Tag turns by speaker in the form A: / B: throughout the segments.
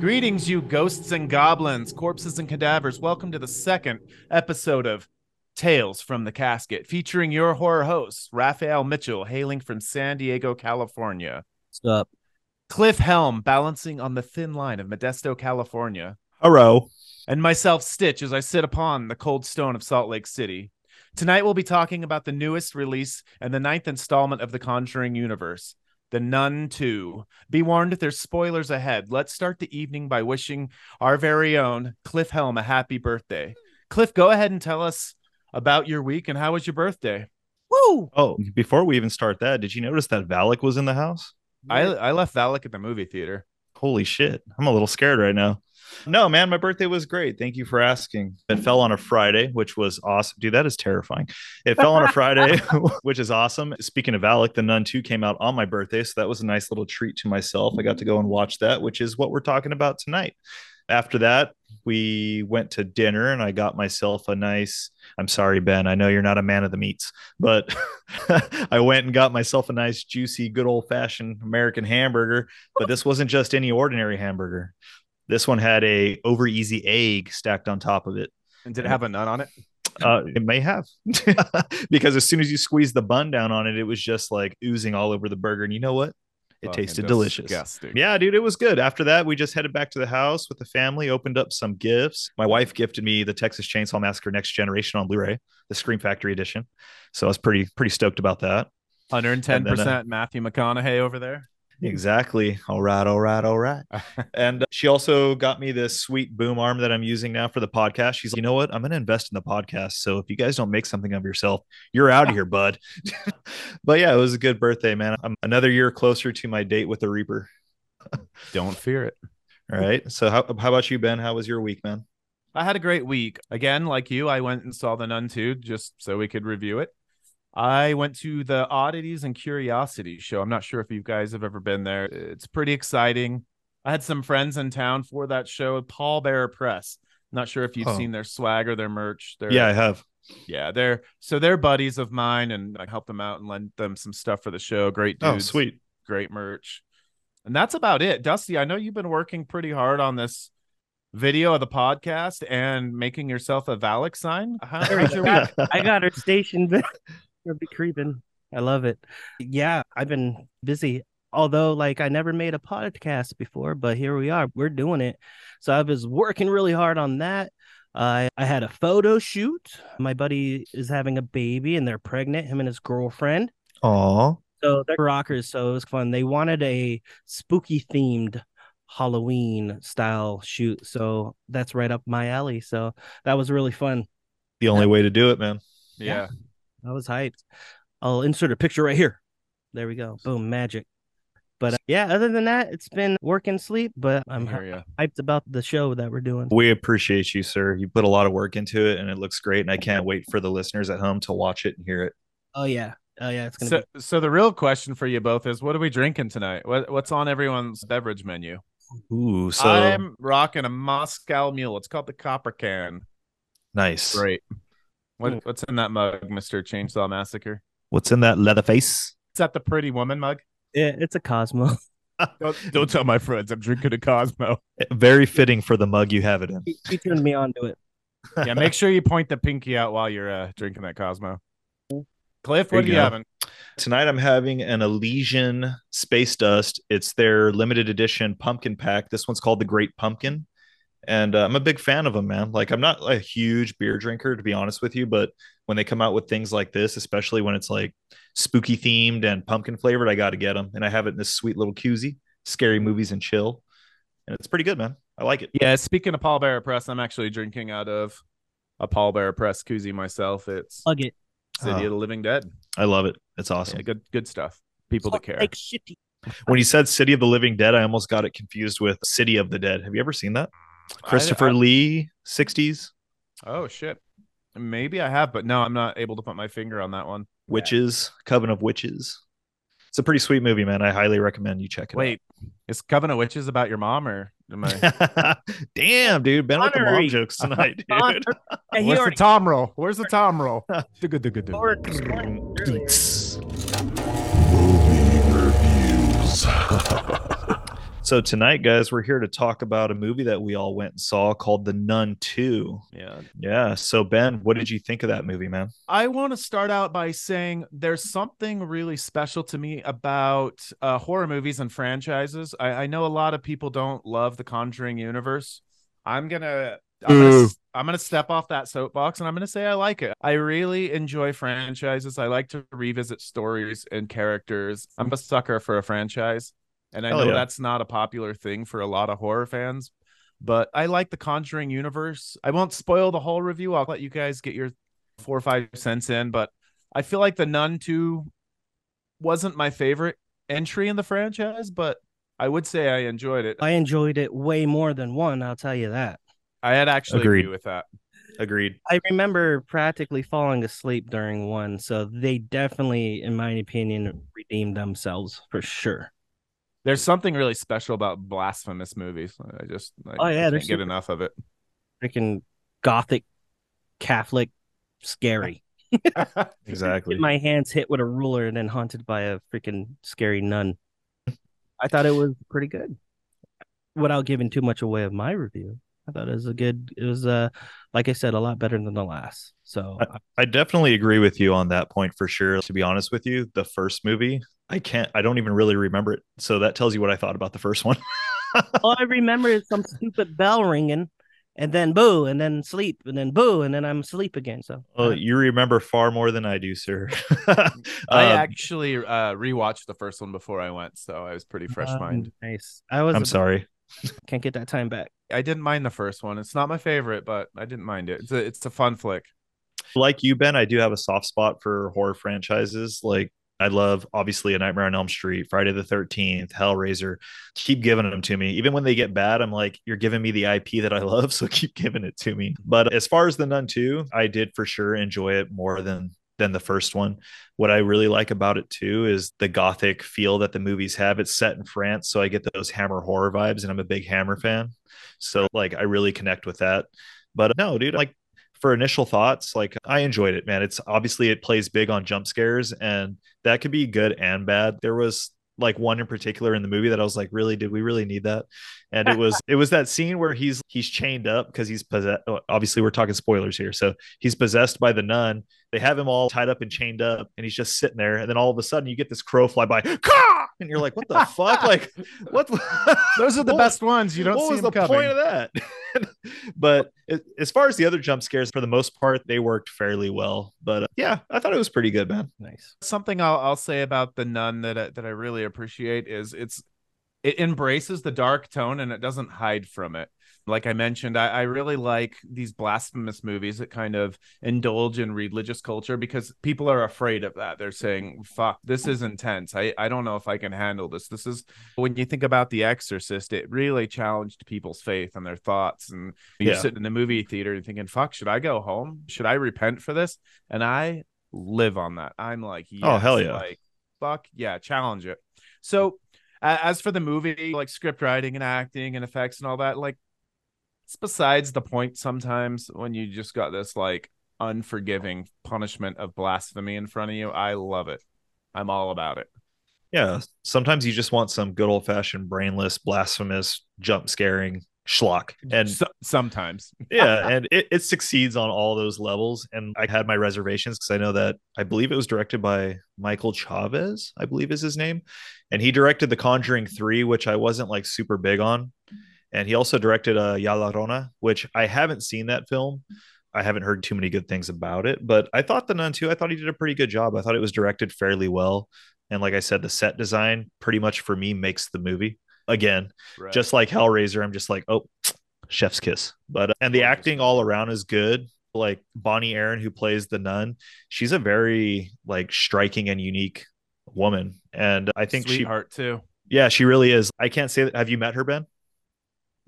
A: Greetings, you ghosts and goblins, corpses and cadavers. Welcome to the second episode of Tales from the Casket, featuring your horror hosts, Raphael Mitchell, hailing from San Diego, California.
B: What's up?
A: Cliff Helm, balancing on the thin line of Modesto, California.
C: Hello.
A: and myself, Stitch, as I sit upon the cold stone of Salt Lake City. Tonight, we'll be talking about the newest release and the ninth installment of the Conjuring universe, The Nun 2. Be warned, there's spoilers ahead. Let's start the evening by wishing our very own Cliff Helm a happy birthday. Cliff, go ahead and tell us about your week and how was your birthday?
B: Woo!
C: Oh, before we even start that, did you notice that Valak was in the house?
A: I, I left Valak at the movie theater.
C: Holy shit. I'm a little scared right now. No, man, my birthday was great. Thank you for asking. It fell on a Friday, which was awesome. Dude, that is terrifying. It fell on a Friday, which is awesome. Speaking of Alec, The Nun 2 came out on my birthday. So that was a nice little treat to myself. I got to go and watch that, which is what we're talking about tonight. After that, we went to dinner and I got myself a nice. I'm sorry, Ben. I know you're not a man of the meats, but I went and got myself a nice, juicy, good old fashioned American hamburger. But this wasn't just any ordinary hamburger. This one had a over easy egg stacked on top of it.
A: And did it have a nun on it?
C: Uh, it may have because as soon as you squeeze the bun down on it, it was just like oozing all over the burger. And you know what? It
A: Fucking
C: tasted delicious.
A: disgusting.
C: Yeah, dude, it was good. After that, we just headed back to the house with the family, opened up some gifts. My wife gifted me the Texas Chainsaw Massacre Next Generation on Blu-ray, the Scream Factory edition. So I was pretty pretty stoked about that.
A: 110%
C: And then, uh,
A: Matthew McConaughey over there.
C: Exactly. All right, all right, all right. and uh, she also got me this sweet boom arm that I'm using now for the podcast. She's like, you know what? I'm going to invest in the podcast. So if you guys don't make something of yourself, you're out of here, bud. but yeah, it was a good birthday, man. I'm another year closer to my date with the Reaper.
A: Don't fear it.
C: All right. So how, how about you, Ben? How was your week, man?
A: I had a great week. Again, like you, I went and saw The Nun 2 just so we could review it. I went to the Oddities and Curiosities show. I'm not sure if you guys have ever been there. It's pretty exciting. I had some friends in town for that show, Paul Bearer Press. Not sure if you've
C: Oh.
A: seen their swag or their merch. Their,
C: Yeah, I have.
A: Yeah, they're so they're buddies of mine and I helped them out and lent them some stuff for the show. Great dudes.
C: Oh, sweet.
A: great merch. And that's about it. Dusty, I know you've been working pretty hard on this video of the podcast and making yourself a Valak sign. How was your week?
B: I got her stationed. It'll be creeping. I love it. Yeah, I've been busy. Although, like, I never made a podcast before, but here we are. We're doing it. So I was working really hard on that. I I had a photo shoot. My buddy is having a baby, and they're pregnant. Him and his girlfriend.
C: Aw.
B: So they're rockers, so it was fun. They wanted a spooky themed Halloween style shoot. So that's right up my alley. So that was really fun.
C: The only way to do it, man.
A: Yeah.
B: I was hyped. I'll insert a picture right here. There we go. Boom, magic. But uh, yeah, other than that, it's been work and sleep, but I'm
A: here, yeah.
B: hyped about the show that we're doing.
C: We appreciate you, sir. You put a lot of work into it and it looks great. And I can't wait for the listeners at home to watch it and hear it.
B: Oh yeah. Oh yeah, it's going to
A: So, so the real question for you both is, what are we drinking tonight? What, what's on everyone's beverage menu?
C: Ooh, so
A: I'm rocking a Moscow Mule. It's called the Copper Can.
C: nice.
A: Great.
B: Ooh.
A: What, what's in that mug, Mister Chainsaw Massacre?
C: What's in that leather face?
A: Is that the pretty woman mug?
B: be Yeah, it's a Cosmo.
A: Don't, don't tell my friends. I'm drinking a Cosmo.
C: Very fitting for the mug you have it in.
B: He, he turned me on to it.
A: yeah, make sure you point the pinky out while you're uh, drinking that Cosmo. Cliff,
C: There
A: what are
C: you
A: you
C: go.
A: having?
C: Tonight I'm having an Elysian Space Dust. It's their limited edition pumpkin pack. This one's called the Great Pumpkin. And uh, I'm a big fan of them, man. Like I'm not a huge beer drinker to be honest with you, but when they come out with things like this, especially when it's like spooky themed and pumpkin flavored, I got to get them. And I have it in this sweet little koozie, scary movies and chill. And it's pretty good, man. I like it.
A: Yeah, speaking of Paul Bearer Press, I'm actually drinking out of a Paul Bearer Press koozie myself. It's
B: Plug it.
A: City of the Living Dead.
C: I love it. It's awesome.
A: Yeah, good good stuff. People that care.
B: Like shitty.
C: When you said City of the Living Dead, I almost got it confused with City of the Dead. Have you ever seen that? Christopher
A: I-
C: Lee, 60s.
A: Oh shit. Maybe I have, but no, I'm not able to put my finger on that one.
C: Witches, Coven of Witches. It's a pretty sweet movie, man. I highly recommend you check it
A: Wait, is Coven of Witches about your mom or am I
C: out. Damn, dude. Ben with the mom
B: Honorary.
C: jokes tonight, dude.
B: Yeah, he
A: Where's the
B: already
A: Tom roll? Where's the Tom roll? Digga, digga, digga.
B: scored one earlier.
C: Beats. So tonight, guys, we're here to talk about a movie that we all went and saw called The Nun 2.
A: Yeah.
C: Yeah. So Ben, what did you think of that movie, man?
A: I want to start out by saying there's something really special to me about uh, horror movies and franchises. I, I know a lot of people don't love the Conjuring universe. I'm gonna. I'm gonna,
B: Boo.
A: s- I'm gonna step off that soapbox and I'm gonna say I like it. I really enjoy franchises. I like to revisit stories and characters. I'm a sucker for a franchise. And I
C: Hell
A: know
C: yeah.
A: that's not a popular thing for a lot of horror fans, but I like the Conjuring universe. I won't spoil the whole review. I'll let you guys get your four or five cents in, but I feel like the Nun 2 wasn't my favorite entry in the franchise, but I would say I enjoyed it.
B: I enjoyed it way more than one, I'll tell you that.
A: I had actually
C: Agreed.
A: agree with that.
C: Agreed.
B: I remember practically falling asleep during one, so they definitely, in my opinion, redeemed themselves for sure.
A: There's something really special about blasphemous movies. I just I
B: Oh, yeah,
A: I
B: they're
A: can't get
B: super-
A: enough of it.
B: Freaking gothic, Catholic, scary.
C: Exactly.
B: Get my hands hit with a ruler and then haunted by a freaking scary nun. I thought it was pretty good. Without giving too much away of my review, I thought it was a good. It was uh, like I said, a lot better than the last. So
C: I definitely agree with you on that point for sure. To be honest with you, the first movie, I can't, I don't even really remember it. So that tells you what I thought about the first one.
B: all I remember is some stupid bell ringing, and then boo, and then sleep, and then boo, and then I'm asleep again. So
C: Well, Oh, you remember far more than I do, sir.
B: Oh,
A: I
C: Um,
A: actually uh, rewatched the first one before I went, so I was pretty fresh
B: Um,
A: mind.
B: Nice. I was.
C: I'm sorry.
B: Can't get that time back.
A: I didn't mind the first one. It's not my favorite, but I didn't mind it. It's a, it's a fun flick.
C: like you, Ben, I do have a soft spot for horror franchises. Like I love obviously a Nightmare on Elm Street, Friday the Thirteenth, Hellraiser. Keep giving them to me, even when they get bad. I'm like, you're giving me the IP that I love, so keep giving it to me. But as far as the Nun Two, I did for sure enjoy it more than than the first one. What I really like about it too is the gothic feel that the movies have. It's set in France, so I get those Hammer horror vibes, and I'm a big Hammer fan. So like, I really connect with that. But uh, no, dude, like for initial thoughts, like I enjoyed it, man. It's obviously it plays big on jump scares, and that could be good and bad. There was like one in particular in the movie that I was like, really, did we really need that? And it was it was that scene where he's he's chained up because he's possessed. Obviously, we're talking spoilers here, so he's possessed by the nun. They have him all tied up and chained up, and he's just sitting there. And then all of a sudden, you get this crow fly by, Caw! and you're like, what the fuck? Like what?
A: Those are the
C: What-
A: best ones. You don't
C: what
A: see
C: was
A: them
C: the
A: coming.
C: point of that? but a- as far as the other jump scares, for the most part, they worked fairly well. But uh, yeah, I thought it was pretty good, man.
B: Nice.
A: Something I'll, I'll say about the nun that I, that I really appreciate is it's it embraces the dark tone and it doesn't hide from it. Like I mentioned, I, I really like these blasphemous movies that kind of indulge in religious culture because people are afraid of that. They're saying, fuck, this is intense. I, I don't know if I can handle this. This is when you think about The Exorcist, it really challenged people's faith and their thoughts. And you're
C: Yeah.
A: sitting in the movie theater and thinking, fuck, should I go home? Should I repent for this? And I live on that. I'm like,
C: Oh, hell
A: yes,
C: yeah.
A: Like, fuck yeah, challenge it. So a- as for the movie, like script writing and acting and effects and all that, like it's besides the point sometimes when you just got this like unforgiving punishment of blasphemy in front of you. I love it. I'm all about it.
C: Yeah, sometimes you just want some good old fashioned brainless, blasphemous, jump scaring schlock, and
A: So- sometimes.
C: yeah, and it, it succeeds on all those levels. And I had my reservations because I know that I believe it was directed by Michael Chavez, I believe is his name. And he directed The Conjuring 3, which I wasn't like super big on. And he also directed uh, Ya La Rona, which I haven't seen that film. I haven't heard too many good things about it, but I thought The Nun too, I thought he did a pretty good job. I thought it was directed fairly well. And like I said, the set design pretty much for me makes the movie. Again,
A: Right.
C: just like Hellraiser, I'm just like, oh, chef's kiss. But uh, and the acting all around is good. Like Bonnie Aaron, who plays the nun, she's a very like striking and unique woman, and I think
A: sweetheart too.
C: she, yeah, she really is. I can't say that. Have you met her, Ben?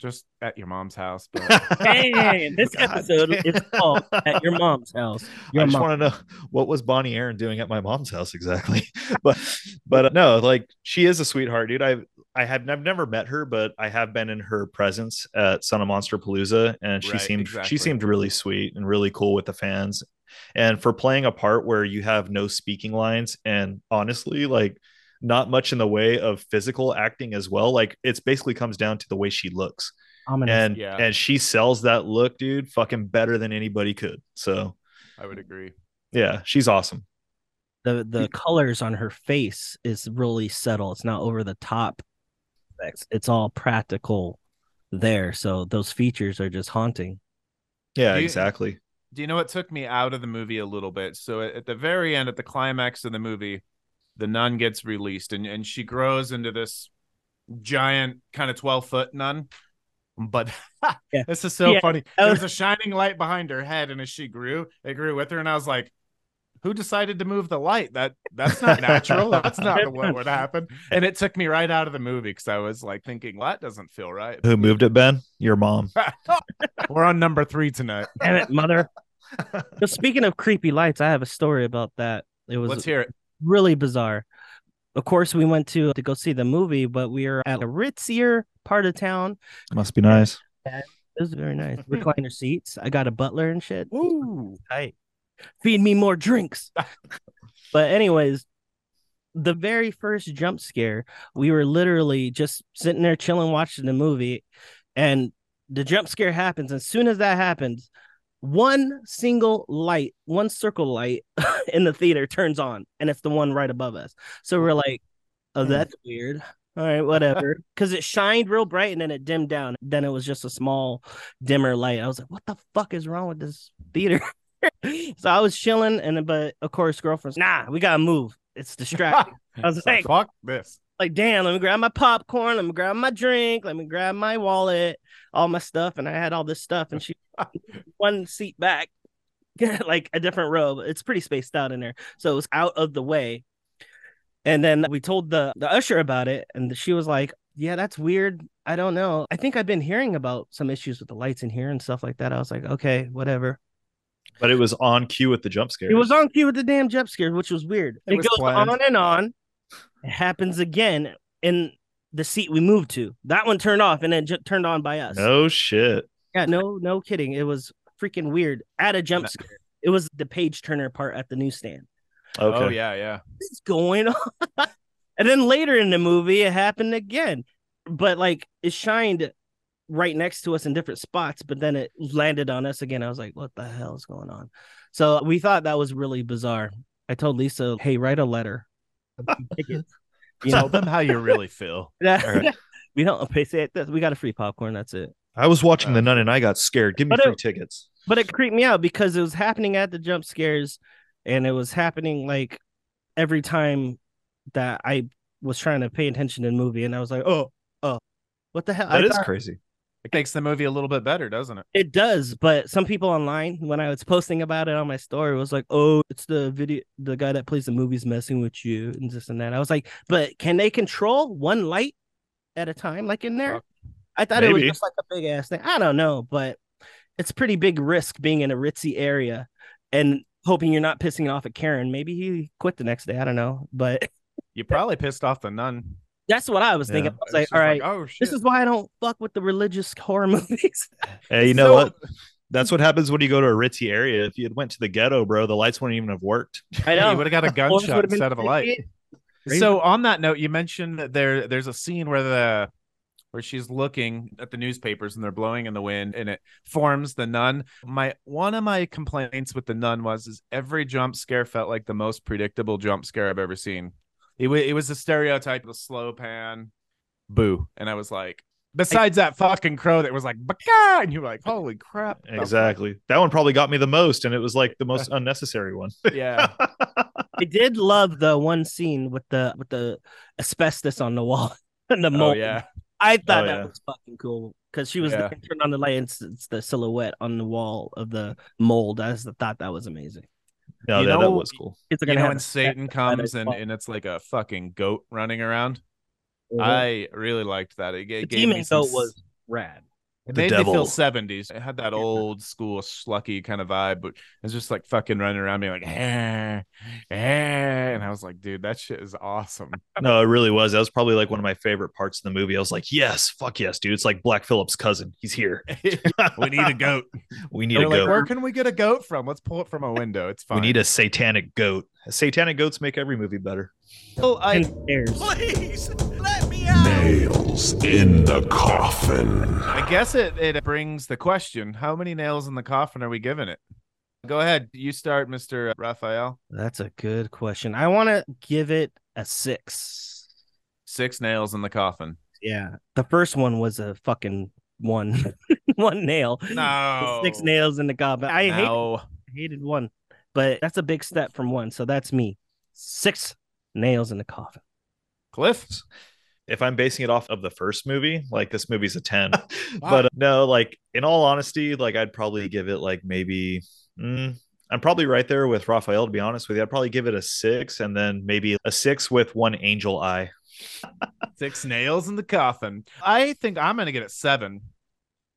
A: Just at your mom's house, but
B: Hey, this
C: God
B: episode
C: damn.
B: is called "At Your Mom's House." Your
C: I just
B: mom.
C: want to know what was Bonnie Aaron doing at my mom's house exactly. but but uh, no, like she is a sweetheart, dude. I've I have I've never met her, but I have been in her presence at Son of Monster Palooza, and she
A: Right,
C: seemed she
A: exactly.
C: seemed really sweet and really cool with the fans. And for playing a part where you have no speaking lines, and honestly, like not much in the way of physical acting as well. Like it's basically comes down to the way she looks.
B: Ominous.
C: And
A: Yeah.
C: and she sells that look, dude, fucking better than anybody could. So
A: I would agree.
C: yeah, she's awesome.
B: the the colors on her face is really subtle. It's not over the top. It's, it's all practical there. So those features are just haunting.
C: Yeah,
A: Do you-
C: exactly.
A: Do you know what took me out of the movie a little bit? So at at the very end, at the climax of the movie, the nun gets released and, and she grows into this giant kind of 12 foot nun. But
B: Yeah.
A: this is so
B: Yeah.
A: funny.
B: Oh.
A: There was a shining light behind her head, and as she grew, it grew with her. And I was like, who decided to move the light? That that's not natural. That's not what would happen. And it took me right out of the movie because I was like thinking, well, that doesn't feel right.
C: Who moved it, Ben? Your mom.
A: We're on number three tonight.
B: Damn it, mother. But speaking of creepy lights, I have a story about that. It was
A: Let's hear it.
B: really bizarre. Of course, we went to to go see the movie, but we were at a ritzier part of town.
C: Must be nice.
B: It was very nice. Recliner seats. I got a butler and shit.
A: Woo.
B: Hey, feed me more drinks. but anyways, the very first jump scare, we were literally just sitting there chilling, watching the movie, and the jump scare happens. As soon as that happens, one single light, one circle light in the theater turns on, and it's the one right above us. So we're like, "Oh,
A: Hmm.
B: that's weird." All right, whatever. Because it shined real bright and then it dimmed down. Then it was just a small, dimmer light. I was like, "What the fuck is wrong with this theater?" so I was chilling, and then- but of course, girlfriend's nah, we gotta move. It's distracting. I was like,
A: fuck this.
B: like, damn, let me grab my popcorn, let me grab my drink, let me grab my wallet, all my stuff, and I had all this stuff, and she one seat back, like a different row. but It's pretty spaced out in there, so it was out of the way. And then we told the the usher about it, and she was like, "Yeah, that's weird. I don't know. I think I've been hearing about some issues with the lights in here and stuff like that." I was like, "Okay, whatever."
C: But it was on cue with the jump scare.
B: It was on cue with the damn jump scare, which was weird.
A: It
B: It,
A: was
B: goes
A: planned.
B: on and on. It happens again in the seat we moved to. That one turned off and then ju- turned on by us.
C: No shit.
B: Yeah, no, no kidding. It was freaking weird. At a jump
A: No.
B: scare. It was the page turner part at the newsstand.
C: Okay.
A: Oh yeah, yeah.
B: What's going on? and then later in the movie, it happened again. But like it shined right next to us in different spots, but then it landed on us again. I was like, what the hell is going on? So we thought that was really bizarre. I told Lisa, hey, write a letter. Tickets. you
A: Tell
B: know,
A: them how you really feel.
B: that,
C: All right.
B: we don't pay say it. We got a free popcorn. That's it.
C: I was watching
A: Uh,
C: The Nun and I got scared. Give me
B: But
C: free
B: it-
C: tickets.
B: but it creeped me out because it was happening at the jump scares and it was happening like every time that I was trying to pay attention to the movie and I was like, oh, oh, what the hell?
C: That
B: I
C: is
B: thought-
C: crazy.
A: It makes the movie a little bit better, doesn't it?
B: it does, but some people online when I was posting about it on my story was like, "Oh, it's the video, the guy that plays the movies messing with you and this and that." I was like, "But can they control one light at a time, like in there?"
A: Fuck.
B: I thought it was
C: Maybe.
B: just like a big ass thing. I don't know, but it's pretty big risk being in a ritzy area and hoping you're not pissing off at Karen. Maybe he quit the next day. I don't know, but
A: You probably pissed off the nun.
B: that's what I was thinking.
C: Yeah.
B: I was
A: It's
B: like,
A: just
B: "All right,
A: oh shit.
B: this is why I don't fuck with the religious horror movies."
C: Hey, you know
A: So-
C: what? That's what happens when you go to a ritzy area. If you had went to the ghetto, bro, the lights wouldn't even have worked.
B: I
A: Yeah,
B: know.
A: you would have got a
B: Orange
A: gunshot
B: would've been
A: instead of a light.
B: crazy.
A: So on that note, you mentioned that there there's a scene where the where she's looking at the newspapers and they're blowing in the wind and it forms the nun. My one of my complaints with the nun was is every jump scare felt like the most predictable jump scare I've ever seen. It, wa it was a stereotype, the slow pan, boo, and I was like, besides that fucking crow that was like, "Baka!" and you were like, holy crap, the
C: Exactly. That one probably got me the most, and it was like the most unnecessary one.
A: yeah
B: I did love the one scene with the with the asbestos on the wall and the
A: oh
B: mold.
A: yeah
B: I thought
C: Oh,
B: that
C: yeah.
B: was fucking cool because she was
A: Yeah.
B: the, turned on the light. And it's, it's the silhouette on the wall of the mold. I just thought that was amazing.
C: No,
A: You
C: that, that
A: know-
C: was cool.
B: Kids are
A: you
B: gonna
A: know
B: have
A: when
B: a-
A: satan comes and and it's like a fucking goat running around
B: Mhm.
A: i really liked that it, g-
B: the
A: gave me
B: demon
A: some
B: goat
A: s-
B: was rad.
A: It
C: The
A: made me
C: devil.
A: feel 70s. It had that old school schlucky kind of vibe, but it was just like fucking running around being like, eh, eh. and I was like, dude, that shit is awesome.
C: No, it really was. That was probably like one of my favorite parts of the movie. I was like, yes, fuck yes, dude. It's like Black Phillip's cousin. He's here.
A: we need a goat.
C: We need
A: We're
C: a
A: like,
C: goat.
A: where can we get a goat from? Let's pull it from a window. It's fine.
C: we need a satanic goat. Satanic goats make every movie better.
A: Oh, I-
B: And stairs.
D: Nails in the coffin.
A: I guess it, it brings the question how many nails in the coffin are we giving it? Go ahead. You start, Mr. Raphael.
B: That's a good question. I want to give it a six.
A: Six nails in the coffin.
B: Yeah. The first one was a fucking one, one nail.
A: No.
B: Six nails in the goblin. I hate,
A: No.
B: hated one, but that's a big step from one. So that's me. Six nails in the coffin.
A: Cliff.
C: If I'm basing it off of the first movie, like this movie's a 10. But uh, no, like in all honesty, like I'd probably give it like maybe mm, I'm probably right there with Raphael to be honest with you. I'd probably give it a 6 and then maybe a 6 with one angel eye.
A: Six nails in the coffin. I think I'm going to give it seven.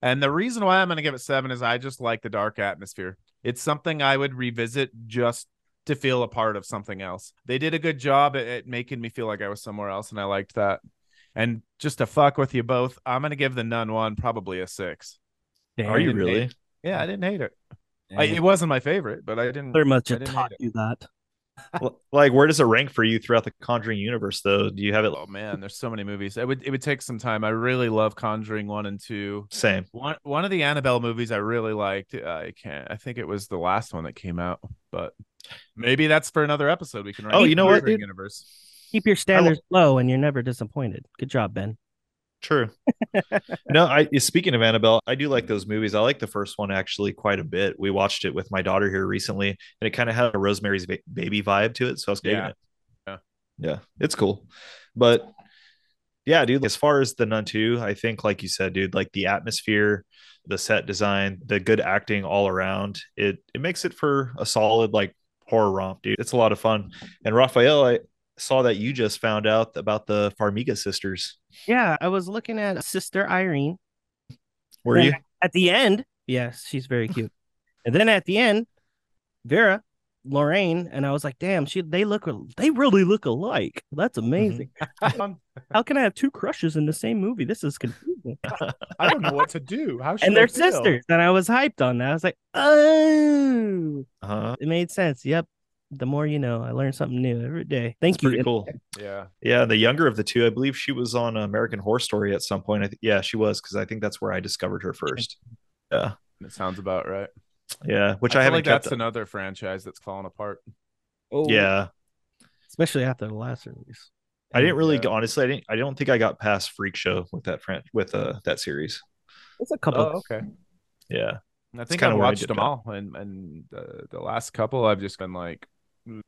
A: And the reason why I'm going to give it seven is I just like the dark atmosphere. It's something I would revisit just to feel a part of something else. They did a good job at, at making me feel like I was somewhere else, and I liked that. And just to fuck with you both, I'm going to give the nun one probably a six.
C: Are you
A: Damn.
C: really?
A: Yeah, I didn't hate it. I, it wasn't my favorite, but I didn't.
B: Very much
A: Mm, I
B: have
A: didn't
B: taught
A: hate
B: you that.
C: L- like where does it rank for you throughout the Conjuring universe though? Do you have it
A: Oh man, there's so many movies. It would it would take some time. I really love Conjuring one and two.
C: same?
A: One one of the Annabelle movies I really liked. uh, I can't. I think it was the last one that came out, but maybe that's for another episode. We can. rank
C: Oh, you know what,
A: Conjuring
C: dude?
A: Universe.
B: Keep your standards
A: Oh.
B: low and you're never disappointed. Good job, Ben.
C: True. no, I speaking of Annabelle, I do like those movies. I like the first one actually quite a bit. We watched it with my daughter here recently, and it kind of had a Rosemary's ba- Baby vibe to it. So I was digging
A: Yeah.
C: it.
A: Yeah.
C: yeah, it's cool. But yeah, dude. As far as the Nun Two, I think like you said, dude, like the atmosphere, the set design, the good acting all around, it it makes it for a solid like horror romp, dude. It's a lot of fun. And Raphael, I saw that you just found out about the Farmiga sisters.
B: Yeah. I was looking at Sister Irene.
C: Were
B: Yeah.
C: you?
B: at the end, yes, she's very cute. and then at the end, Vera, Lorraine, and I was like, damn, she they look they really look alike. That's
A: Mm-hmm.
B: amazing.
A: I'm-
B: How can I have two crushes in the same movie? This is confusing.
A: I don't know what to do. How should
B: and
A: I
B: they're
A: feel?
B: sisters. And I was hyped on that. I was like, oh
C: Uh-huh.
B: it made sense. Yep. The more you know, I learn something new every day. Thank
C: It's
B: you.
C: pretty
B: And
C: cool.
A: Yeah.
C: Yeah, the younger of the two, I believe she was on American Horror Story at some point. I th- yeah, she was because I think that's where I discovered her first. Yeah,
A: It sounds about right.
C: yeah, which I,
A: feel
C: haven't
A: like
C: kept.
A: that's another franchise that's falling apart.
B: Oh.
C: yeah,
B: Especially after the last release.
C: I didn't really
A: Yeah.
C: honestly. I didn't. I don't think I got past Freak Show with that fran- with uh that series.
B: It's a couple.
A: Oh, okay.
C: Yeah,
A: I think
C: kinda
A: I've
C: where I
A: watched
C: dipped
A: them
C: out.
A: all, and and the, the last couple, I've just been like, "Mm,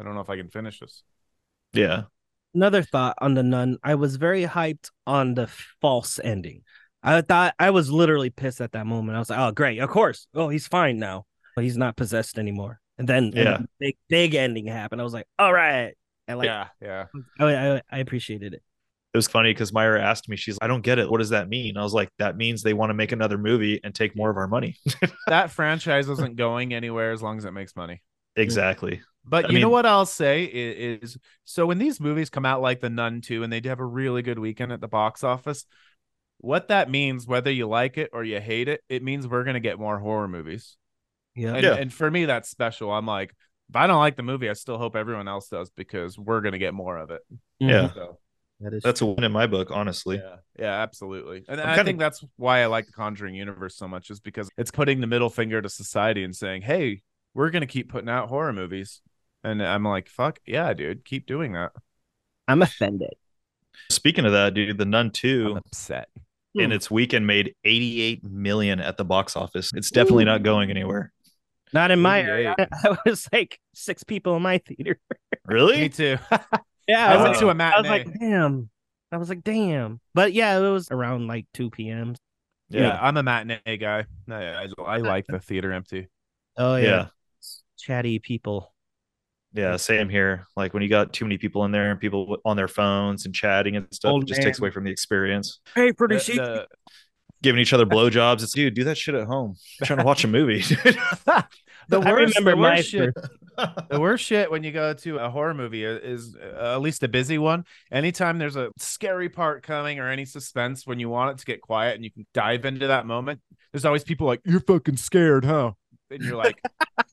A: I don't know if I can finish this.
C: yeah.
B: another thought on the nun i was very hyped on the false ending i thought i was literally pissed at that moment i was like oh great of course oh he's fine now but he's not possessed anymore and then and
C: Yeah.
B: the big big ending happened i was like all right i like
A: yeah, yeah.
B: I, I, I appreciated it
C: It was funny because Myra asked me, she's, I don't get it. What does that mean? I was like, that means they want to make another movie and take more of our money.
A: That franchise isn't going anywhere as long as it makes money.
C: exactly.
A: But
C: I
A: you know
C: mean-
A: what I'll say i- is, so when these movies come out like The Nun 2 and they do have a really good weekend at the box office, what that means, whether you like it or you hate it, it means we're going to get more horror movies.
B: yeah
A: And,
C: Yeah.
A: and for me, that's special. I'm like, if I don't like the movie, I still hope everyone else does because we're going to get more of it.
B: Mm-hmm.
C: Yeah.
A: So,
B: that is
C: That's a win in my book, honestly.
A: yeah, yeah, absolutely. And
C: I'm
A: I
C: kinda-
A: think that's why I like the Conjuring universe so much is because it's putting the middle finger to society and saying, hey, we're going to keep putting out horror movies. And I'm like, fuck yeah, dude, keep doing that.
B: i'm offended
C: Speaking of that, dude, The Nun 2.
A: upset.
C: in
B: Hmm.
C: its weekend made 88 million at the box office. It's definitely not going anywhere.
B: not in my
A: 88.
B: area. i was like six people in my theater
A: Me
C: Really?
A: too. Uh,
B: yeah
A: I
C: Wow.
A: went to a
B: I was
A: matinee.
B: like damn i was like damn but yeah it was around like 2 p.m
A: yeah, I'm a matinee guy. I, I, I like the theater empty.
B: oh
C: Yeah. yeah.
B: chatty people
C: Yeah, same here. Like when you got too many people in there and people w- on their phones and chatting and stuff,
B: Old
C: it just takes
B: man.
C: away from the experience.
B: Hey, pretty
A: The- the-
C: giving each other blowjobs. It's dude, do that shit at home. trying to watch a movie. dude.
A: The
B: I
A: worst,
B: remember
A: the
B: my
A: worst shit. The worst shit when you go to a horror movie is, is uh, at least a busy one. Anytime there's a scary part coming or any suspense, when you want it to get quiet and you can dive into that moment, there's always people like, "You're fucking scared, huh?" And you're like,